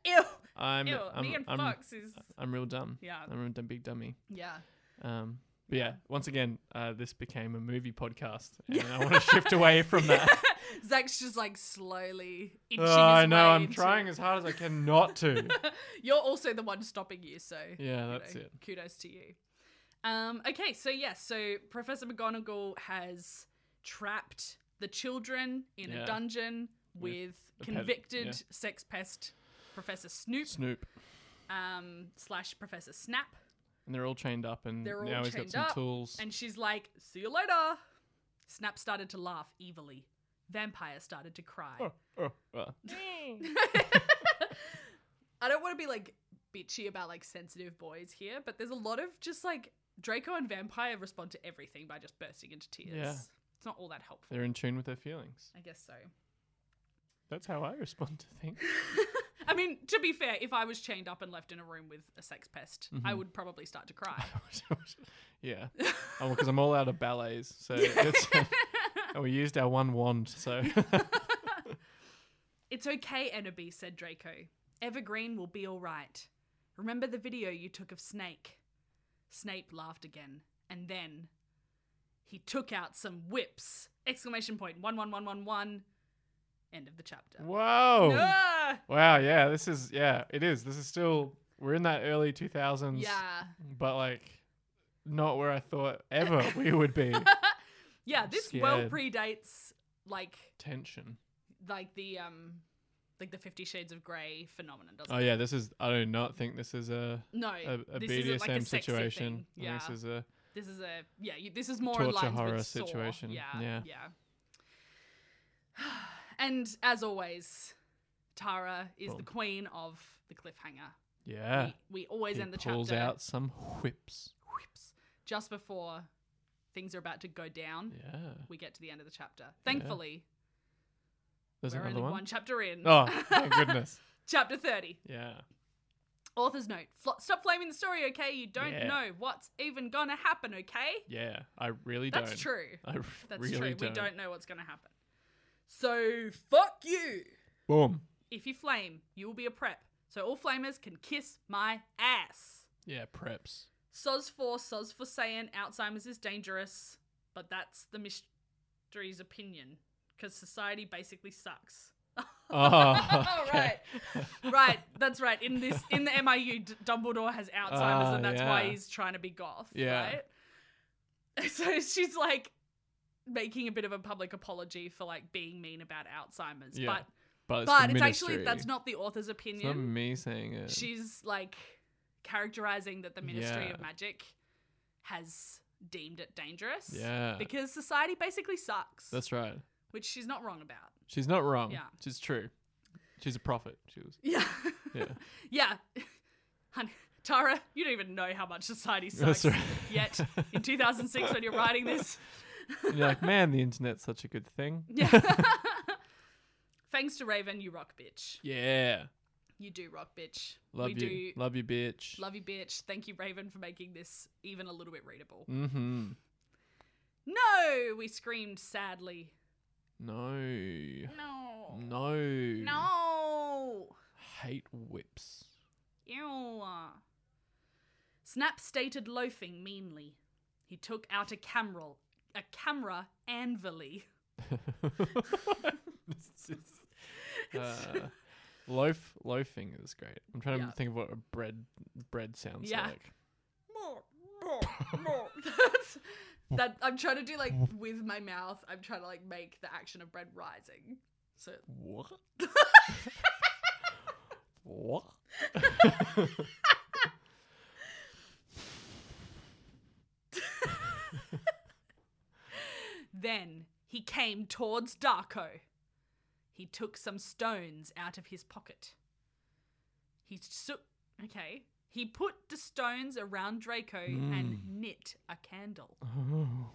Speaker 1: ew,
Speaker 2: I'm
Speaker 1: ew.
Speaker 2: I'm,
Speaker 1: Megan
Speaker 2: I'm,
Speaker 1: Fox is.
Speaker 2: I'm real dumb.
Speaker 1: Yeah,
Speaker 2: I'm a dumb, big dummy.
Speaker 1: yeah.
Speaker 2: Um, but yeah,
Speaker 1: Yeah.
Speaker 2: once again, uh, this became a movie podcast, and I want to shift away from that.
Speaker 1: Zach's just like slowly inching.
Speaker 2: Oh, I
Speaker 1: his
Speaker 2: know.
Speaker 1: way
Speaker 2: I'm
Speaker 1: into-
Speaker 2: trying as hard as I can not to.
Speaker 1: You're also the one stopping you, so
Speaker 2: yeah,
Speaker 1: you
Speaker 2: that's
Speaker 1: know,
Speaker 2: it.
Speaker 1: Kudos to you. Um, okay, so yes, so Professor McGonagall has trapped the children in
Speaker 2: Yeah.
Speaker 1: a dungeon
Speaker 2: With
Speaker 1: with,
Speaker 2: a ped-
Speaker 1: convicted
Speaker 2: yeah.
Speaker 1: sex pest Professor Snoop
Speaker 2: Snoop,
Speaker 1: um, slash Professor Snap,
Speaker 2: and they're all chained up, and
Speaker 1: They're all
Speaker 2: now he's got
Speaker 1: chained
Speaker 2: some
Speaker 1: up,
Speaker 2: tools.
Speaker 1: and she's like, "See you later." Snap started to laugh evilly. Vampire started to cry.
Speaker 2: Oh, oh, oh.
Speaker 1: I don't want to be like bitchy about like sensitive boys here, but there's a lot of just like Draco and Vampire respond to everything by just bursting into tears.
Speaker 2: Yeah.
Speaker 1: It's not all that helpful.
Speaker 2: They're in tune with their feelings.
Speaker 1: I guess so.
Speaker 2: That's how I respond to things.
Speaker 1: I mean, to be fair, if I was chained up and left in a room with a sex pest, I
Speaker 2: Mhm.
Speaker 1: would probably start to cry.
Speaker 2: yeah, oh, because I'm all out of ballets, so it's, and we used our one wand. So
Speaker 1: it's okay, Enderby, said Draco. Evergreen will be all right. Remember the video you took of Snake? Snape laughed again, and then he took out some whips! Exclamation point one one one one one. End of the chapter.
Speaker 2: wow.
Speaker 1: Ah!
Speaker 2: Wow, yeah, this is yeah, it is. This is still we're in that early 2000s,
Speaker 1: Yeah,
Speaker 2: but like not where I thought ever we would be.
Speaker 1: yeah.
Speaker 2: I'm
Speaker 1: This well
Speaker 2: scared.
Speaker 1: predates like
Speaker 2: Tension.
Speaker 1: like the um like the 50 shades of grey phenomenon doesn't
Speaker 2: Oh
Speaker 1: it?
Speaker 2: yeah, this is. I do not think this is a
Speaker 1: no
Speaker 2: a, a
Speaker 1: this
Speaker 2: BDSM
Speaker 1: isn't like a sexy
Speaker 2: situation.
Speaker 1: thing. yeah
Speaker 2: This is a
Speaker 1: This is a yeah. You, this is more
Speaker 2: Torture
Speaker 1: aligned
Speaker 2: horror
Speaker 1: with Saw.
Speaker 2: situation.
Speaker 1: Yeah,
Speaker 2: Yeah.
Speaker 1: yeah. and as always, Tara is the
Speaker 2: Boom.
Speaker 1: queen of the cliffhanger.
Speaker 2: yeah.
Speaker 1: We, we always
Speaker 2: He
Speaker 1: end the
Speaker 2: pulls
Speaker 1: chapter
Speaker 2: out some whips.
Speaker 1: whips, just before things are about to go down.
Speaker 2: Yeah.
Speaker 1: We get to the end of the chapter. Thankfully,
Speaker 2: There's
Speaker 1: we're
Speaker 2: another
Speaker 1: only
Speaker 2: one.
Speaker 1: one? chapter in.
Speaker 2: Oh, thank goodness.
Speaker 1: chapter thirty.
Speaker 2: Yeah.
Speaker 1: Author's note: Flo- Stop flaming the story, okay? You don't
Speaker 2: Yeah.
Speaker 1: know what's even gonna happen, okay?
Speaker 2: Yeah. I really
Speaker 1: That's
Speaker 2: don't.
Speaker 1: true.
Speaker 2: I
Speaker 1: That's
Speaker 2: really
Speaker 1: true.
Speaker 2: Don't.
Speaker 1: We don't know what's going to happen. So fuck you.
Speaker 2: Boom.
Speaker 1: If you flame, you will be a prep. So all flamers can kiss my ass.
Speaker 2: Yeah. Preps.
Speaker 1: Soz for Soz for saying Alzheimer's is dangerous, but that's the mystery's opinion because society basically sucks.
Speaker 2: Oh.
Speaker 1: Right. Right, that's right. In this, in the MIU, D- Dumbledore has Alzheimer's,
Speaker 2: Ah,
Speaker 1: and that's why
Speaker 2: yeah.
Speaker 1: he's trying to be goth.
Speaker 2: Yeah.
Speaker 1: Right. So she's like making a bit of a public apology for like being mean about Alzheimer's,
Speaker 2: Yeah.
Speaker 1: but
Speaker 2: But it's,
Speaker 1: but
Speaker 2: the
Speaker 1: it's actually
Speaker 2: ministry.
Speaker 1: that's not the author's
Speaker 2: It's not
Speaker 1: opinion.
Speaker 2: me saying it.
Speaker 1: She's like characterizing that the Ministry of
Speaker 2: Yeah.
Speaker 1: Magic has deemed it dangerous.
Speaker 2: Yeah.
Speaker 1: Because society basically sucks,
Speaker 2: That's right.
Speaker 1: which she's not wrong about.
Speaker 2: She's not wrong.
Speaker 1: Yeah.
Speaker 2: She's true. She's a prophet. She was.
Speaker 1: Yeah.
Speaker 2: Yeah.
Speaker 1: yeah. Hun- Tara, you don't even know how much society sucks
Speaker 2: That's right.
Speaker 1: yet in 2006 when you're writing this.
Speaker 2: And you're like, man, the internet's such a good thing.
Speaker 1: Yeah. Thanks to Raven, you rock, bitch.
Speaker 2: Yeah.
Speaker 1: You do rock, bitch.
Speaker 2: Love
Speaker 1: we
Speaker 2: you.
Speaker 1: do
Speaker 2: Love you, bitch.
Speaker 1: love you, bitch. Thank you, Raven, for making this even a little bit readable.
Speaker 2: Mm-hmm.
Speaker 1: No, we screamed sadly.
Speaker 2: No.
Speaker 1: No.
Speaker 2: No.
Speaker 1: No.
Speaker 2: Hate whips.
Speaker 1: Ew. Snap stated loafing meanly. He took out a camera, a camera anvilly.
Speaker 2: This is- uh, loaf loafing is great. I'm trying
Speaker 1: Yeah.
Speaker 2: to think of what a bread bread sounds
Speaker 1: Yeah.
Speaker 2: like.
Speaker 1: That's- that I'm trying to do like with my mouth. I'm trying to like make the action of bread rising. So
Speaker 2: What? what?
Speaker 1: then he came towards Darko. He took some stones out of his pocket. He sook. Okay. He put the stones around Draco and
Speaker 2: Hmm.
Speaker 1: knit a candle.
Speaker 2: Oh,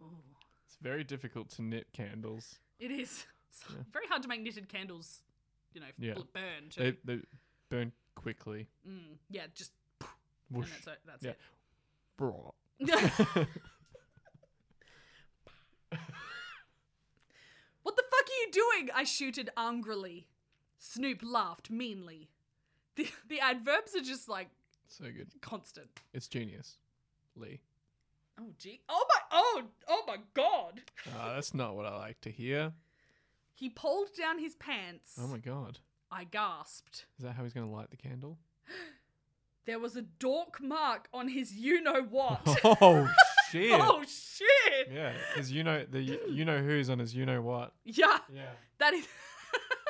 Speaker 1: Ooh.
Speaker 2: it's very difficult to knit candles.
Speaker 1: It is It's very hard to make knitted candles, you know,
Speaker 2: Yeah.
Speaker 1: bl- burn too.
Speaker 2: They they burn quickly.
Speaker 1: Mm, yeah, just and
Speaker 2: Whoosh.
Speaker 1: that's it. That's
Speaker 2: Yeah.
Speaker 1: it.
Speaker 2: Bro.
Speaker 1: what the fuck are you doing? I shooted angrily. Snoop laughed meanly. The, the adverbs are just like
Speaker 2: So good.
Speaker 1: constant.
Speaker 2: It's genius, Lee.
Speaker 1: Oh gee. Oh my. Oh. Oh my god.
Speaker 2: Ah, that's not what I like to hear.
Speaker 1: He pulled down his pants.
Speaker 2: Oh my god.
Speaker 1: I gasped.
Speaker 2: Is that how he's going to light the candle?
Speaker 1: There was a dork mark on his you know what.
Speaker 2: Oh shit.
Speaker 1: oh shit.
Speaker 2: Yeah, because you know the you know who's on his you know what.
Speaker 1: Yeah.
Speaker 2: Yeah.
Speaker 1: That is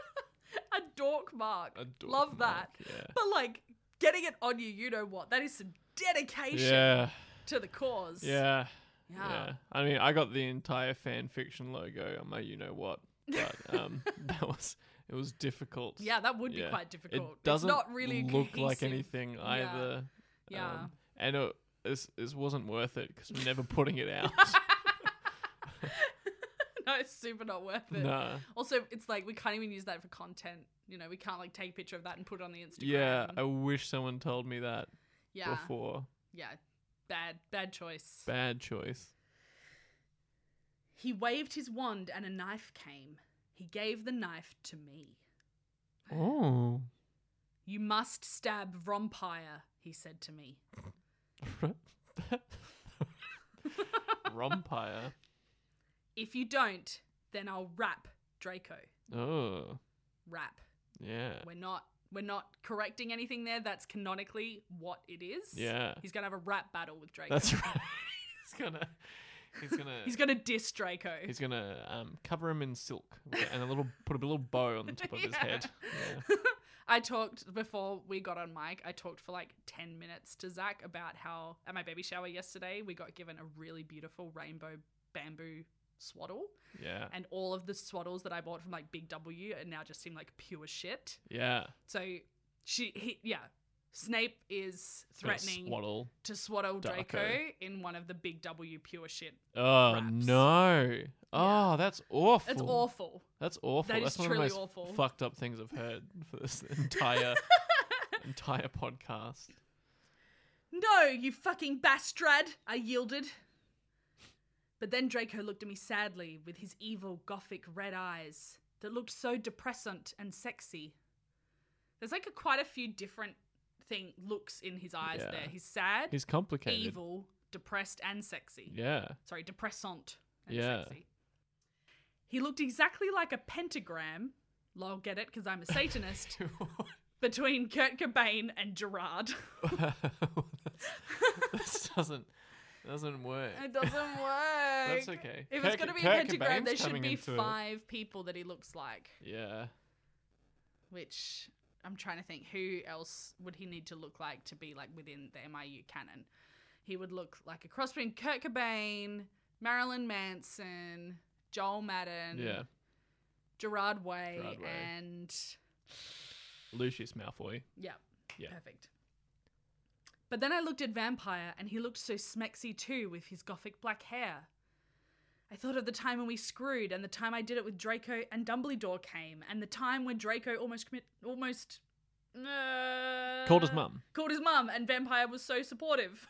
Speaker 1: a dork mark.
Speaker 2: Uh,
Speaker 1: Love that.
Speaker 2: Yeah.
Speaker 1: But like getting it on you, you know what? That is some dedication
Speaker 2: Yeah.
Speaker 1: to the cause.
Speaker 2: Yeah.
Speaker 1: Yeah.
Speaker 2: Yeah. I mean, I got the entire fan fiction logo on my you know what, but um, that was it was difficult.
Speaker 1: Yeah, that would be
Speaker 2: Yeah.
Speaker 1: quite
Speaker 2: It
Speaker 1: difficult.
Speaker 2: doesn't
Speaker 1: it's not really
Speaker 2: look like
Speaker 1: cohesive.
Speaker 2: anything
Speaker 1: Yeah.
Speaker 2: either. um,
Speaker 1: Yeah.
Speaker 2: and it, this this wasn't worth it because we're never putting it out.
Speaker 1: no, it's super not worth it.
Speaker 2: nah.
Speaker 1: Also, it's like we can't even use that for content. You know, we can't like take a picture of that and put it on the Instagram.
Speaker 2: Yeah. I wish someone told me that
Speaker 1: yeah.
Speaker 2: before.
Speaker 1: Yeah. Bad, bad choice.
Speaker 2: Bad choice.
Speaker 1: He waved his wand and a knife came. He gave the knife to me.
Speaker 2: Oh.
Speaker 1: You must stab Rompire, he said to me.
Speaker 2: Rompire.
Speaker 1: If you don't, then I'll rap Draco.
Speaker 2: Oh,
Speaker 1: Rap.
Speaker 2: yeah.
Speaker 1: We're not we're not correcting anything there. That's canonically what it is.
Speaker 2: Yeah.
Speaker 1: He's gonna have a rap battle with Draco.
Speaker 2: That's right. he's gonna He's gonna
Speaker 1: He's gonna diss Draco.
Speaker 2: he's gonna um, cover him in silk with- and a little put a little bow on the top of his head. Yeah.
Speaker 1: I talked before we got on mic. I talked for like 10 minutes to Zach about how at my baby shower yesterday, we got given a really beautiful rainbow bamboo swaddle.
Speaker 2: Yeah.
Speaker 1: And all of the swaddles that I bought from like Big W and now just seem like pure shit.
Speaker 2: Yeah.
Speaker 1: So she, he, yeah, Snape is
Speaker 2: It's gonna
Speaker 1: threatening
Speaker 2: Swaddle.
Speaker 1: to swaddle Draco.
Speaker 2: Darko.
Speaker 1: in one of the Big W pure shit.
Speaker 2: Oh
Speaker 1: wraps.
Speaker 2: no. Oh, that's awful.
Speaker 1: It's awful.
Speaker 2: That's awful.
Speaker 1: That
Speaker 2: that's
Speaker 1: is
Speaker 2: one
Speaker 1: truly
Speaker 2: of the most
Speaker 1: awful.
Speaker 2: fucked up things I've heard for this entire entire podcast.
Speaker 1: No, you fucking bastrad, I yielded. But then Draco looked at me sadly with his evil gothic red eyes that looked so depressant and sexy. There's like a, quite a few different thing looks in his eyes
Speaker 2: Yeah.
Speaker 1: there. He's sad,
Speaker 2: He's complicated.
Speaker 1: evil, depressed and sexy.
Speaker 2: Yeah.
Speaker 1: Sorry, depressant and
Speaker 2: Yeah.
Speaker 1: sexy. He looked exactly like a pentagram. Lol, get it because I'm a Satanist. between Kurt Cobain and Gerard.
Speaker 2: this doesn't doesn't work.
Speaker 1: It doesn't work.
Speaker 2: That's okay.
Speaker 1: If it's
Speaker 2: Kurt-
Speaker 1: going to be a
Speaker 2: Kurt
Speaker 1: pentagram,
Speaker 2: Cobain's
Speaker 1: there should
Speaker 2: coming
Speaker 1: be
Speaker 2: into it.
Speaker 1: five people that he looks like.
Speaker 2: Yeah.
Speaker 1: Which I'm trying to think, who else would he need to look like to be like within the MIU canon? He would look like a cross between Kurt Cobain, Marilyn Manson, Joel Madden,
Speaker 2: Yeah.
Speaker 1: Gerard Way,
Speaker 2: Gerard Way.
Speaker 1: and
Speaker 2: Lucius Malfoy.
Speaker 1: yeah,
Speaker 2: Yeah.
Speaker 1: perfect. But then I looked at Vampire, and he looked so smexy too with his gothic black hair. I thought of the time when we screwed, and the time I did it with Draco and Dumbledore came, and the time when Draco almost commit, almost uh,
Speaker 2: Called his mum.
Speaker 1: Called his mum, and Vampire was so supportive.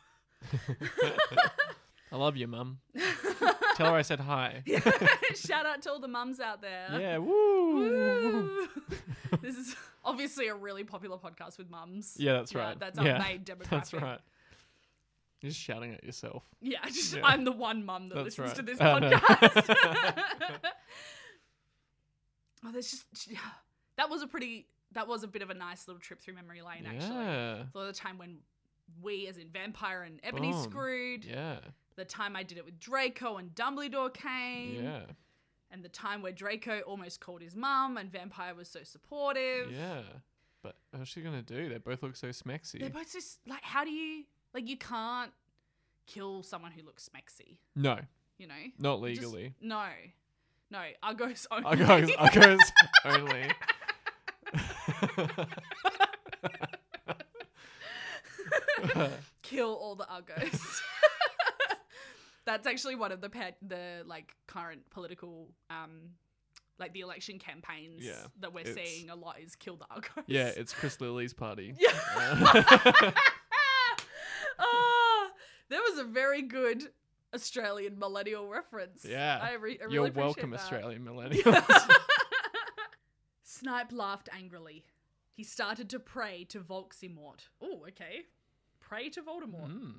Speaker 2: I love you, mum. Tell her I said hi.
Speaker 1: Shout out to all the mums out there.
Speaker 2: Yeah. Woo.
Speaker 1: Woo. this is obviously a really popular podcast with mums.
Speaker 2: Yeah, that's
Speaker 1: Yeah,
Speaker 2: right.
Speaker 1: that's our
Speaker 2: yeah.
Speaker 1: main
Speaker 2: That's
Speaker 1: demographic.
Speaker 2: right. You're just shouting at yourself.
Speaker 1: Yeah, just
Speaker 2: Yeah.
Speaker 1: I'm the one mum that
Speaker 2: That's
Speaker 1: listens to
Speaker 2: right.
Speaker 1: this
Speaker 2: I know.
Speaker 1: podcast. oh, there's just that was a pretty that was a bit of a nice little trip through memory lane actually.
Speaker 2: Yeah.
Speaker 1: For the time when we, as in Vampire and Ebony,
Speaker 2: Boom.
Speaker 1: screwed.
Speaker 2: Yeah.
Speaker 1: The time I did it with Draco and Dumbledore came.
Speaker 2: Yeah.
Speaker 1: And the time where Draco almost called his mum and Vampire was so supportive.
Speaker 2: Yeah. But what's she gonna do? They both look so smexy.
Speaker 1: They're both just like, how do you like? You can't kill someone who looks smexy,
Speaker 2: no,
Speaker 1: you know.
Speaker 2: not
Speaker 1: You just-
Speaker 2: legally.
Speaker 1: no, no. Argos only.
Speaker 2: I goes, I goes only.
Speaker 1: kill all the Argos. That's actually one of the pet, the like current political, um, like the election campaigns
Speaker 2: Yeah,
Speaker 1: that we're
Speaker 2: it's-
Speaker 1: seeing a lot is kill the Argos.
Speaker 2: yeah, it's Chris Lilly's party.
Speaker 1: Yeah.
Speaker 2: Uh,
Speaker 1: Ah, there was a very good Australian millennial reference.
Speaker 2: Yeah.
Speaker 1: I, re- I really
Speaker 2: You're
Speaker 1: appreciate
Speaker 2: welcome,
Speaker 1: that.
Speaker 2: Australian millennials.
Speaker 1: Snipe laughed angrily. He started to pray to Volximort. Oh, okay. Pray to Voldemort.
Speaker 2: Mm.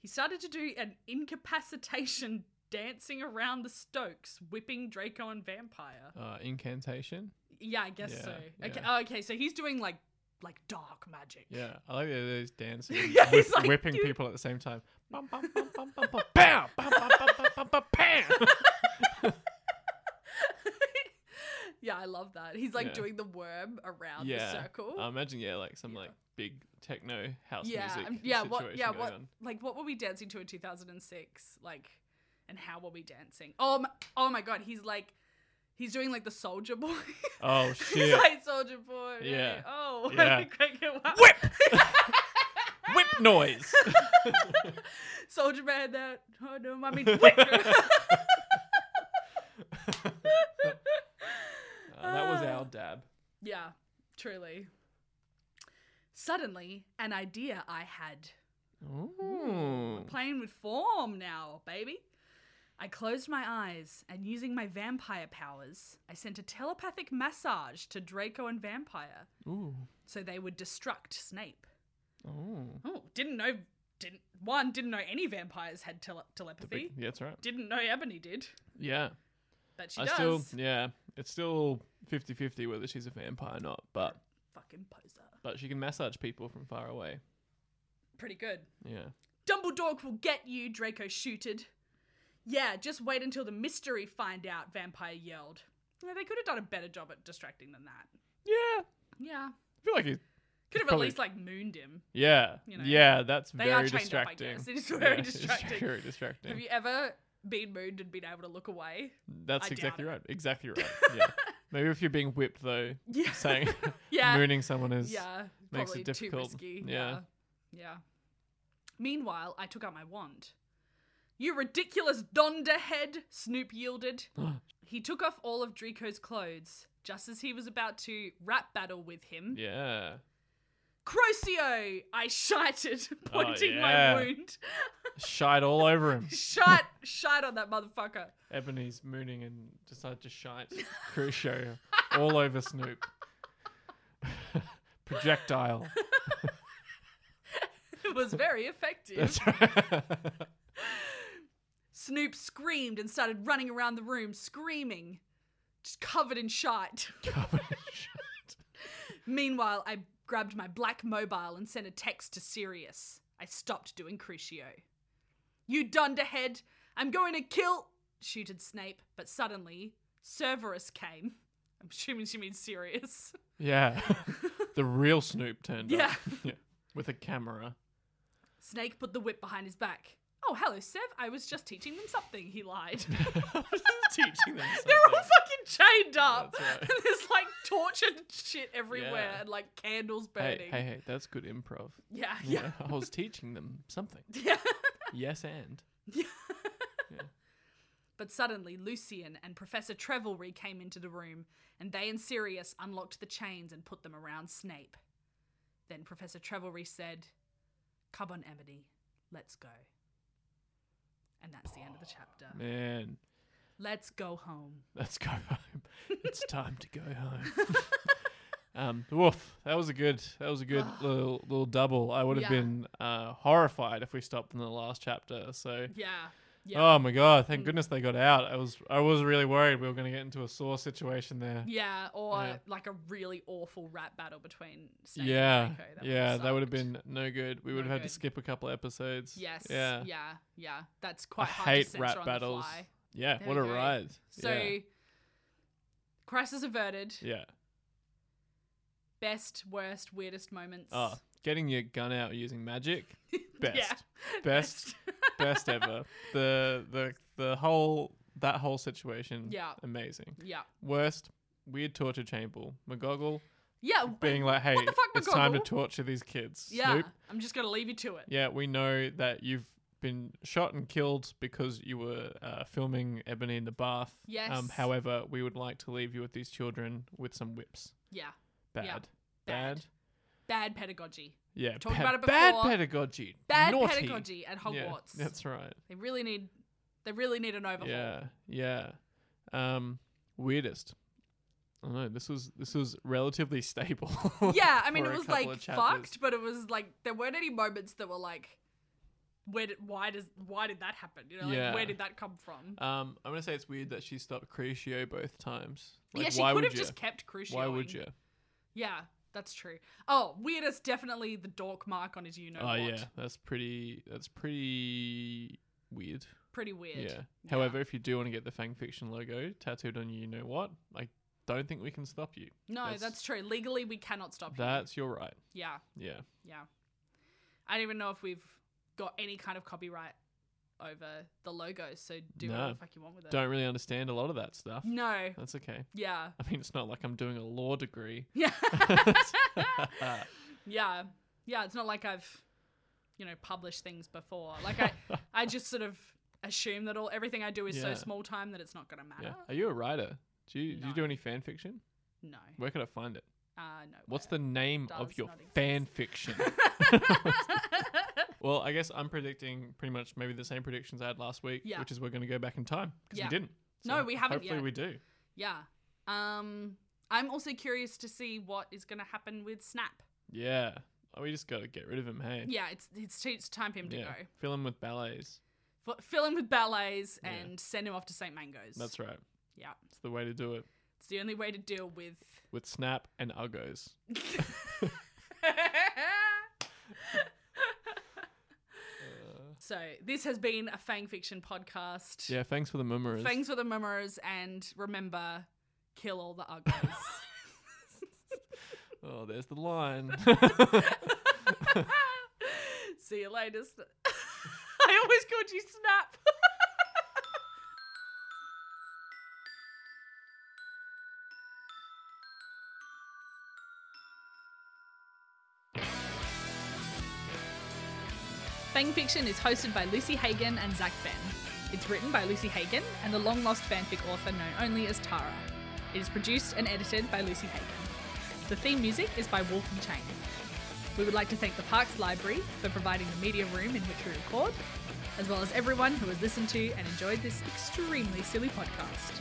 Speaker 1: He started to do an incapacitation dancing around the Stokes, whipping Draco and Vampire.
Speaker 2: Uh, incantation.
Speaker 1: Yeah, I guess
Speaker 2: Yeah,
Speaker 1: so. Okay,
Speaker 2: yeah.
Speaker 1: oh, okay, so he's doing like like dark magic.
Speaker 2: Yeah, I like the idea that he's dancing, and
Speaker 1: Yeah, he's
Speaker 2: whip-
Speaker 1: like,
Speaker 2: whipping
Speaker 1: dude.
Speaker 2: people at the same time. Bum, bum, bum, bum, bum, bum, pow, bum, bum, bum, bum, bum, bum, pow.
Speaker 1: yeah, I love that. He's like
Speaker 2: Yeah.
Speaker 1: doing the worm around the
Speaker 2: yeah,
Speaker 1: circle.
Speaker 2: I imagine yeah, like some
Speaker 1: Yeah.
Speaker 2: like big techno house
Speaker 1: yeah,
Speaker 2: music.
Speaker 1: um, yeah, what,
Speaker 2: situation
Speaker 1: yeah,
Speaker 2: going
Speaker 1: what,
Speaker 2: on.
Speaker 1: like what were we dancing to in 2006? Like, and how were we dancing? Oh, my, oh my God, he's like, he's doing like the soldier boy.
Speaker 2: Oh
Speaker 1: he's
Speaker 2: shit!
Speaker 1: like soldier boy. hey,
Speaker 2: Yeah.
Speaker 1: Oh,
Speaker 2: Yeah.
Speaker 1: Craig and Wa-
Speaker 2: Whip! Whip noise.
Speaker 1: soldier man that. Oh no, I mean whip.
Speaker 2: Uh, that was
Speaker 1: Ah.
Speaker 2: our dab.
Speaker 1: yeah, truly. Suddenly, an idea I had.
Speaker 2: Ooh.
Speaker 1: playing with form now, baby. I closed my eyes and using my vampire powers, I sent a telepathic massage to Draco and Vampire
Speaker 2: Ooh.
Speaker 1: so they would destruct Snape.
Speaker 2: Ooh.
Speaker 1: Oh, didn't know didn't one didn't know any vampires had tele- telepathy.
Speaker 2: The big- yeah, that's right.
Speaker 1: Didn't know Ebony did,
Speaker 2: Yeah.
Speaker 1: but she
Speaker 2: I
Speaker 1: does.
Speaker 2: still yeah, it's still 50-50 whether she's a vampire or not, but
Speaker 1: Fucking poser.
Speaker 2: but she can massage people from far away.
Speaker 1: Pretty good.
Speaker 2: Yeah.
Speaker 1: Dumbledore will get you, Draco shooted. Yeah, just wait until the mystery find out, Vampire yelled. Yeah, they could have done a better job at distracting than that.
Speaker 2: Yeah.
Speaker 1: Yeah.
Speaker 2: I feel like he's.
Speaker 1: Could have
Speaker 2: Probably-
Speaker 1: at least like mooned him.
Speaker 2: Yeah.
Speaker 1: You know,
Speaker 2: yeah, that's
Speaker 1: they are
Speaker 2: very
Speaker 1: chained up, I
Speaker 2: distracting.
Speaker 1: guess. It is very
Speaker 2: Yeah, it's
Speaker 1: distracting.
Speaker 2: very distracting.
Speaker 1: Have you ever been mooned and been able to look away? I
Speaker 2: that's
Speaker 1: doubt
Speaker 2: exactly
Speaker 1: it.
Speaker 2: right. Exactly right. Yeah. Maybe if you're being whipped though,
Speaker 1: Yeah.
Speaker 2: saying
Speaker 1: yeah.
Speaker 2: mooning someone is.
Speaker 1: yeah.
Speaker 2: makes
Speaker 1: Probably
Speaker 2: it
Speaker 1: too
Speaker 2: difficult.
Speaker 1: risky.
Speaker 2: Yeah.
Speaker 1: yeah. Yeah. Meanwhile, I took out my wand. You ridiculous donderhead, Snoop yielded. he took off all of Draco's clothes just as he was about to rap battle with him.
Speaker 2: Yeah.
Speaker 1: Crocio! I shited, pointing
Speaker 2: Oh, yeah.
Speaker 1: my wound.
Speaker 2: Shite all over him.
Speaker 1: Shite, shite on that motherfucker.
Speaker 2: Ebony's mooning and decided to shite Crucio all over Snoop. Projectile.
Speaker 1: It was very effective.
Speaker 2: That's right.
Speaker 1: Snoop screamed and started running around the room, screaming, just covered in shite.
Speaker 2: Covered in shite.
Speaker 1: Meanwhile, I grabbed my black mobile and sent a text to Sirius. I stopped doing Crucio. You dunderhead! I'm going to kill. Shooted Snape, but suddenly Cerberus came. I'm assuming she means Sirius.
Speaker 2: Yeah. the real Snoop turned
Speaker 1: Yeah.
Speaker 2: up. Yeah. With a camera.
Speaker 1: Snake put the whip behind his back. Oh, hello, Sev. I was just teaching them something. He lied.
Speaker 2: Teaching them
Speaker 1: They're all
Speaker 2: something.
Speaker 1: fucking chained up.
Speaker 2: That's right.
Speaker 1: And there's like torch and shit everywhere
Speaker 2: Yeah.
Speaker 1: and like candles
Speaker 2: Hey,
Speaker 1: burning.
Speaker 2: hey, hey, that's good improv.
Speaker 1: Yeah, yeah.
Speaker 2: I was teaching them something.
Speaker 1: Yeah.
Speaker 2: Yes, and.
Speaker 1: But suddenly, Lucian and Professor Trevelry came into the room, and they and Sirius unlocked the chains and put them around Snape. Then Professor Trevelry said, Come on, Ebony, let's go. And that's the end of the chapter.
Speaker 2: Oh, Man,
Speaker 1: Let's go home.
Speaker 2: let's go home. It's time to go home. um, woof. That was a good. That was a good little little double. I would have
Speaker 1: Yeah.
Speaker 2: been uh, horrified if we stopped in the last chapter. So.
Speaker 1: Yeah. Yeah. Mm.
Speaker 2: Oh my god! Thank goodness they got out. I was I was really worried we were going to get into a sore situation there.
Speaker 1: Yeah, or
Speaker 2: Oh. Yeah.
Speaker 1: like a really awful rap battle between Snape
Speaker 2: Yeah,
Speaker 1: and Draco.
Speaker 2: yeah, that would have
Speaker 1: sucked.
Speaker 2: been no good. We would
Speaker 1: No
Speaker 2: have had
Speaker 1: good.
Speaker 2: to skip a couple episodes.
Speaker 1: Yes. Yeah.
Speaker 2: Yeah.
Speaker 1: Yeah. That's
Speaker 2: I
Speaker 1: quite hard
Speaker 2: hate
Speaker 1: to censor
Speaker 2: rap
Speaker 1: on
Speaker 2: battles.
Speaker 1: The fly.
Speaker 2: Yeah.
Speaker 1: There
Speaker 2: What
Speaker 1: we
Speaker 2: a
Speaker 1: go.
Speaker 2: ride.
Speaker 1: So,
Speaker 2: yeah.
Speaker 1: crisis averted.
Speaker 2: yeah.
Speaker 1: Best, worst, weirdest moments.
Speaker 2: Oh, getting your gun out using magic. Best.
Speaker 1: Yeah.
Speaker 2: Best. best ever. The the the whole that whole situation.
Speaker 1: Yeah.
Speaker 2: Amazing.
Speaker 1: yeah.
Speaker 2: Worst weird torture chamber. McGoggle
Speaker 1: Yeah.
Speaker 2: being like, "Hey,
Speaker 1: the fuck,
Speaker 2: it's time to
Speaker 1: McGoggle?"
Speaker 2: torture these kids."
Speaker 1: yeah.
Speaker 2: Snoop.
Speaker 1: I'm just gonna leave you to it.
Speaker 2: Yeah, we know that you've been shot and killed because you were uh, filming Ebony in the bath. Um,
Speaker 1: Yes.
Speaker 2: however, we would like to leave you with these children with some whips.
Speaker 1: Yeah.
Speaker 2: Bad.
Speaker 1: Yeah.
Speaker 2: Bad.
Speaker 1: Bad. Bad pedagogy.
Speaker 2: Yeah.
Speaker 1: Talked
Speaker 2: bad,
Speaker 1: about it
Speaker 2: Bad
Speaker 1: before.
Speaker 2: pedagogy.
Speaker 1: Bad
Speaker 2: Naughty.
Speaker 1: pedagogy at
Speaker 2: Yeah,
Speaker 1: Hogwarts.
Speaker 2: that's right.
Speaker 1: They really need. They really need an overhaul.
Speaker 2: Yeah, yeah. Um, weirdest. I don't know. This was this was relatively stable.
Speaker 1: Yeah, I mean,
Speaker 2: for
Speaker 1: it
Speaker 2: a
Speaker 1: was
Speaker 2: couple
Speaker 1: like
Speaker 2: of chapters.
Speaker 1: fucked, but it was like there weren't any moments that were like, where did why does why did that happen? You know, like,
Speaker 2: Yeah.
Speaker 1: where did that come from?
Speaker 2: Um, I'm gonna say it's weird that she stopped Crucio both times. Like,
Speaker 1: yeah, she
Speaker 2: why
Speaker 1: could
Speaker 2: would
Speaker 1: have
Speaker 2: you?
Speaker 1: just kept crucial.
Speaker 2: why would you?
Speaker 1: Yeah, that's true. Oh, weirdest definitely the dork mark on his you know
Speaker 2: Oh
Speaker 1: what.
Speaker 2: yeah, that's pretty. That's pretty weird.
Speaker 1: Pretty weird.
Speaker 2: Yeah. However, if you do want to get the Fang Fiction logo tattooed on you, you know what? I don't think we can stop you.
Speaker 1: No, that's,
Speaker 2: that's-
Speaker 1: true. Legally we cannot stop you.
Speaker 2: That's your right.
Speaker 1: Yeah,
Speaker 2: Yeah.
Speaker 1: yeah. I don't even know if we've got any kind of copyright over the logo, so do
Speaker 2: No.
Speaker 1: whatever the fuck you want with it.
Speaker 2: Don't really understand a lot of that stuff.
Speaker 1: No.
Speaker 2: That's okay.
Speaker 1: Yeah.
Speaker 2: I mean, it's not like I'm doing a law degree.
Speaker 1: Yeah.
Speaker 2: yeah.
Speaker 1: yeah. Yeah, it's not like I've you know, published things before. Like I I just sort of assume that all everything I do is so
Speaker 2: Yeah.
Speaker 1: small time that it's not going to matter.
Speaker 2: Are you a writer? Do you, do
Speaker 1: No.
Speaker 2: you do any fan fiction?
Speaker 1: No.
Speaker 2: Where could I find it?
Speaker 1: Uh no.
Speaker 2: What's the name
Speaker 1: Does
Speaker 2: of your
Speaker 1: not exist.
Speaker 2: fan fiction? well, I guess I'm predicting pretty much maybe the same predictions I had last week,
Speaker 1: Yeah.
Speaker 2: which is we're going to go back in time because
Speaker 1: Yeah.
Speaker 2: we didn't.
Speaker 1: No, we haven't
Speaker 2: Hopefully,
Speaker 1: yet.
Speaker 2: we do.
Speaker 1: Yeah. Um I'm also curious to see what is going to happen with Snap.
Speaker 2: Yeah. Oh, we just got to get rid of him, hey?
Speaker 1: Yeah, it's it's, it's time for him to
Speaker 2: Yeah.
Speaker 1: go.
Speaker 2: Fill him with ballets.
Speaker 1: F- fill him with ballets
Speaker 2: Yeah.
Speaker 1: and send him off to St. Mango's.
Speaker 2: That's right.
Speaker 1: Yeah.
Speaker 2: It's the way to do it
Speaker 1: It's the only way to deal with
Speaker 2: with Snap and Uggos.
Speaker 1: Snap
Speaker 2: Uh,
Speaker 1: So this has been a Fang Fiction podcast.
Speaker 2: Yeah, thanks for the memories.
Speaker 1: Thanks for the memories and remember, kill all the uglies.
Speaker 2: Oh, there's the line.
Speaker 1: See you later. Sn- I always called you Snap. Fang Fiction is hosted by Lucy Hagen and Zach Ben. It's written by Lucy Hagen and the long lost fanfic author known only as Tara. It is produced and edited by Lucy Hagen. The theme music is by Wolf and Chain. We would like to thank the Parks Library for providing the media room in which we record, as well as everyone who has listened to and enjoyed this extremely silly podcast.